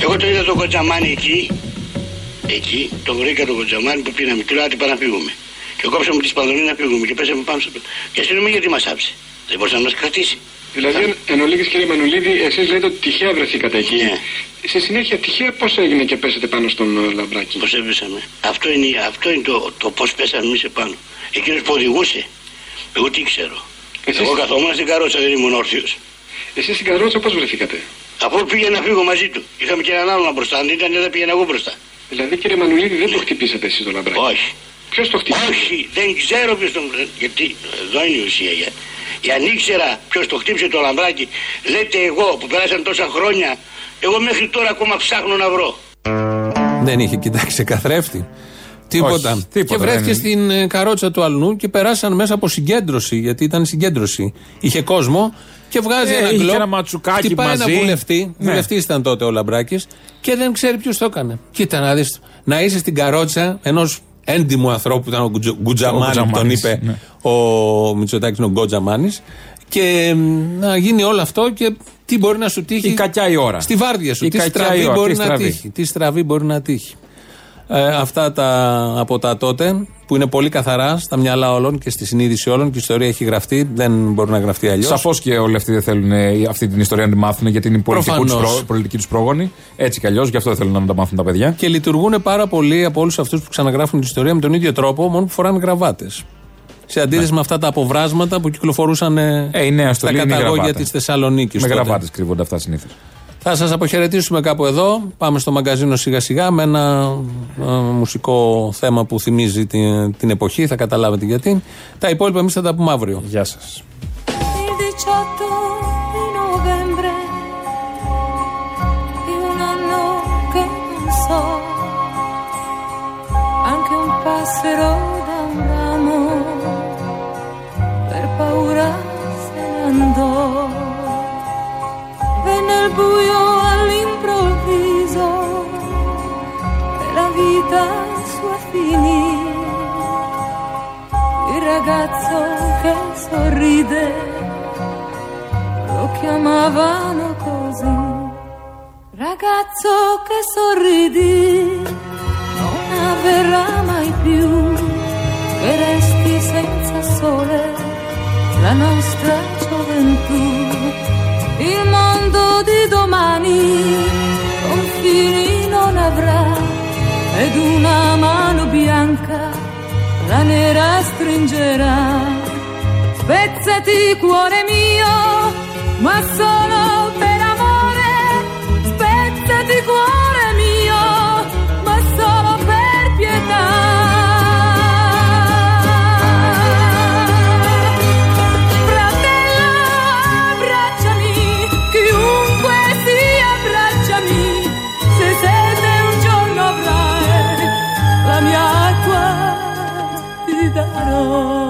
Εγώ το είδα τον Κοτζαμάνι εκεί. Εκεί τον βρήκα τον Κοτζαμάνι που πήραμε. Του λέω άντε πάμε να φύγουμε. Και κόψαμε τη σπανδονή να φύγουμε και πέσαμε πάνω στο πέτρο. Και αστυνομία γιατί μας άψε. Δεν μπορούσε να μας κρατήσει. Δηλαδή, εν- εν ολίγης κύριε Μανουλίδη, εσείς λέτε ότι τυχαία βρεθήκατε εκεί. Ναι. Σε συνέχεια, τυχαία πώς έγινε και πέσετε πάνω στον ε, Λαμπράκη. Πώς έπεσαμε. Αυτό είναι, αυτό είναι το, το πώς πέσαμε εμείς επάνω. Εκείνος που οδηγούσε. Εγώ τι ξέρω. Εγώ καθόμουν στην καρότσα, δεν ήμουν όρθιος. Εσείς στην καρότσα πώς βρεθήκατε. Αφού πήγα να φύγω μαζί του. Είχαμε και έναν άλλον μπροστά. Αν ήταν, δεν πήγαινα εγώ μπροστά. Δηλαδή κύριε Μανουλίδη δεν το χτυπήσατε εσείς τον Λαμπράκη. Όχι. Ποιος το χτύπησε. Όχι, δεν ξέρω ποιος τον. Γιατί εδώ είναι η ουσία. Για... Για αν ήξερα ποιος το χτύπησε το λαμπράκι, λέτε εγώ που περάσαν τόσα χρόνια, εγώ μέχρι τώρα ακόμα ψάχνω να βρω. Δεν είχε κοιτάξει καθρέφτη. Τίποτα. Όχι, τίποτα, και βρέθηκε δεν- στην ε, καρότσα του αλνού και περάσαν μέσα από συγκέντρωση, γιατί ήταν συγκέντρωση. Είχε κόσμο και βγάζει Ε, ένα είχε γκλόπ. και ένα ματσουκάκι χτυπάει μαζί. ένα βουλευτή. Ναι. Βουλευτής ήταν τότε ο Λαμπράκης και δεν ξέρει ποιος το έκανε. Κοίτα να δεις. Να είσαι στην καρότσα ενός έντιμου ανθρώπου που ήταν ο Γκουτζο- Γκουτζαμάνη, Ο που τον Γκουτζαμάνης, είπε ναι. ο Μητσοτάκης, είναι ο Γκοτζαμάνη. Και μ, να γίνει όλο αυτό και τι μπορεί να σου τύχει. Η κακιά η ώρα. Στη βάρδια σου. Η τι κακιά η στραβή ώρα, μπορεί τι να στραβή. τύχει. Τι στραβή μπορεί να τύχει. Ε, αυτά τα από τα τότε που είναι πολύ καθαρά στα μυαλά όλων και στη συνείδηση όλων και η ιστορία έχει γραφτεί, δεν μπορεί να γραφτεί αλλιώς. Σαφώς και όλοι αυτοί δεν θέλουν ε, αυτή την ιστορία να τη μάθουν γιατί είναι η πολιτική τους Προφανώς. προ- πολιτική τους πρόγονη. Έτσι κι αλλιώς, γι' αυτό θέλουν να μην τα μάθουν τα παιδιά. Και λειτουργούν πάρα πολλοί από όλους αυτούς που ξαναγράφουν την ιστορία με τον ίδιο τρόπο, μόνο που φοράνε γραβάτες. Σε αντίθεση με αυτά τα αποβράσματα που κυκλοφορούσαν ε, Ναι. Ε, η νέα στα στολή είναι η καταγόγια γραβάτα. της Θεσσαλονίκης. Με γραβάτες κρύβονται αυτά συνήθως. Θα σας αποχαιρετήσουμε κάπου εδώ. Πάμε στο μαγκαζίνο σιγά σιγά με ένα ε, μουσικό θέμα που θυμίζει την, την εποχή. Θα καταλάβετε γιατί. Τα υπόλοιπα εμείς θα τα πούμε αύριο. Γεια σας. Il 18 di novembre di un anno che non so, anche un passero da un ramo per paura se ne andò. Venne il buio all'improvviso e la vita sua finì. Il ragazzo che sorride lo chiamavano così. Ragazzo che sorridi non avverrà mai più che resti senza sole la nostra gioventù. Il mondo di domani confini non avrà ed una mano bianca la nera stringerà. Spezzati cuore mio, ma solo per amore. Spezzati cuore mio, ma solo per pietà. Fratello, abbracciami, chiunque sia, abbracciami, se sete un giorno avrai la mia acqua ti darò.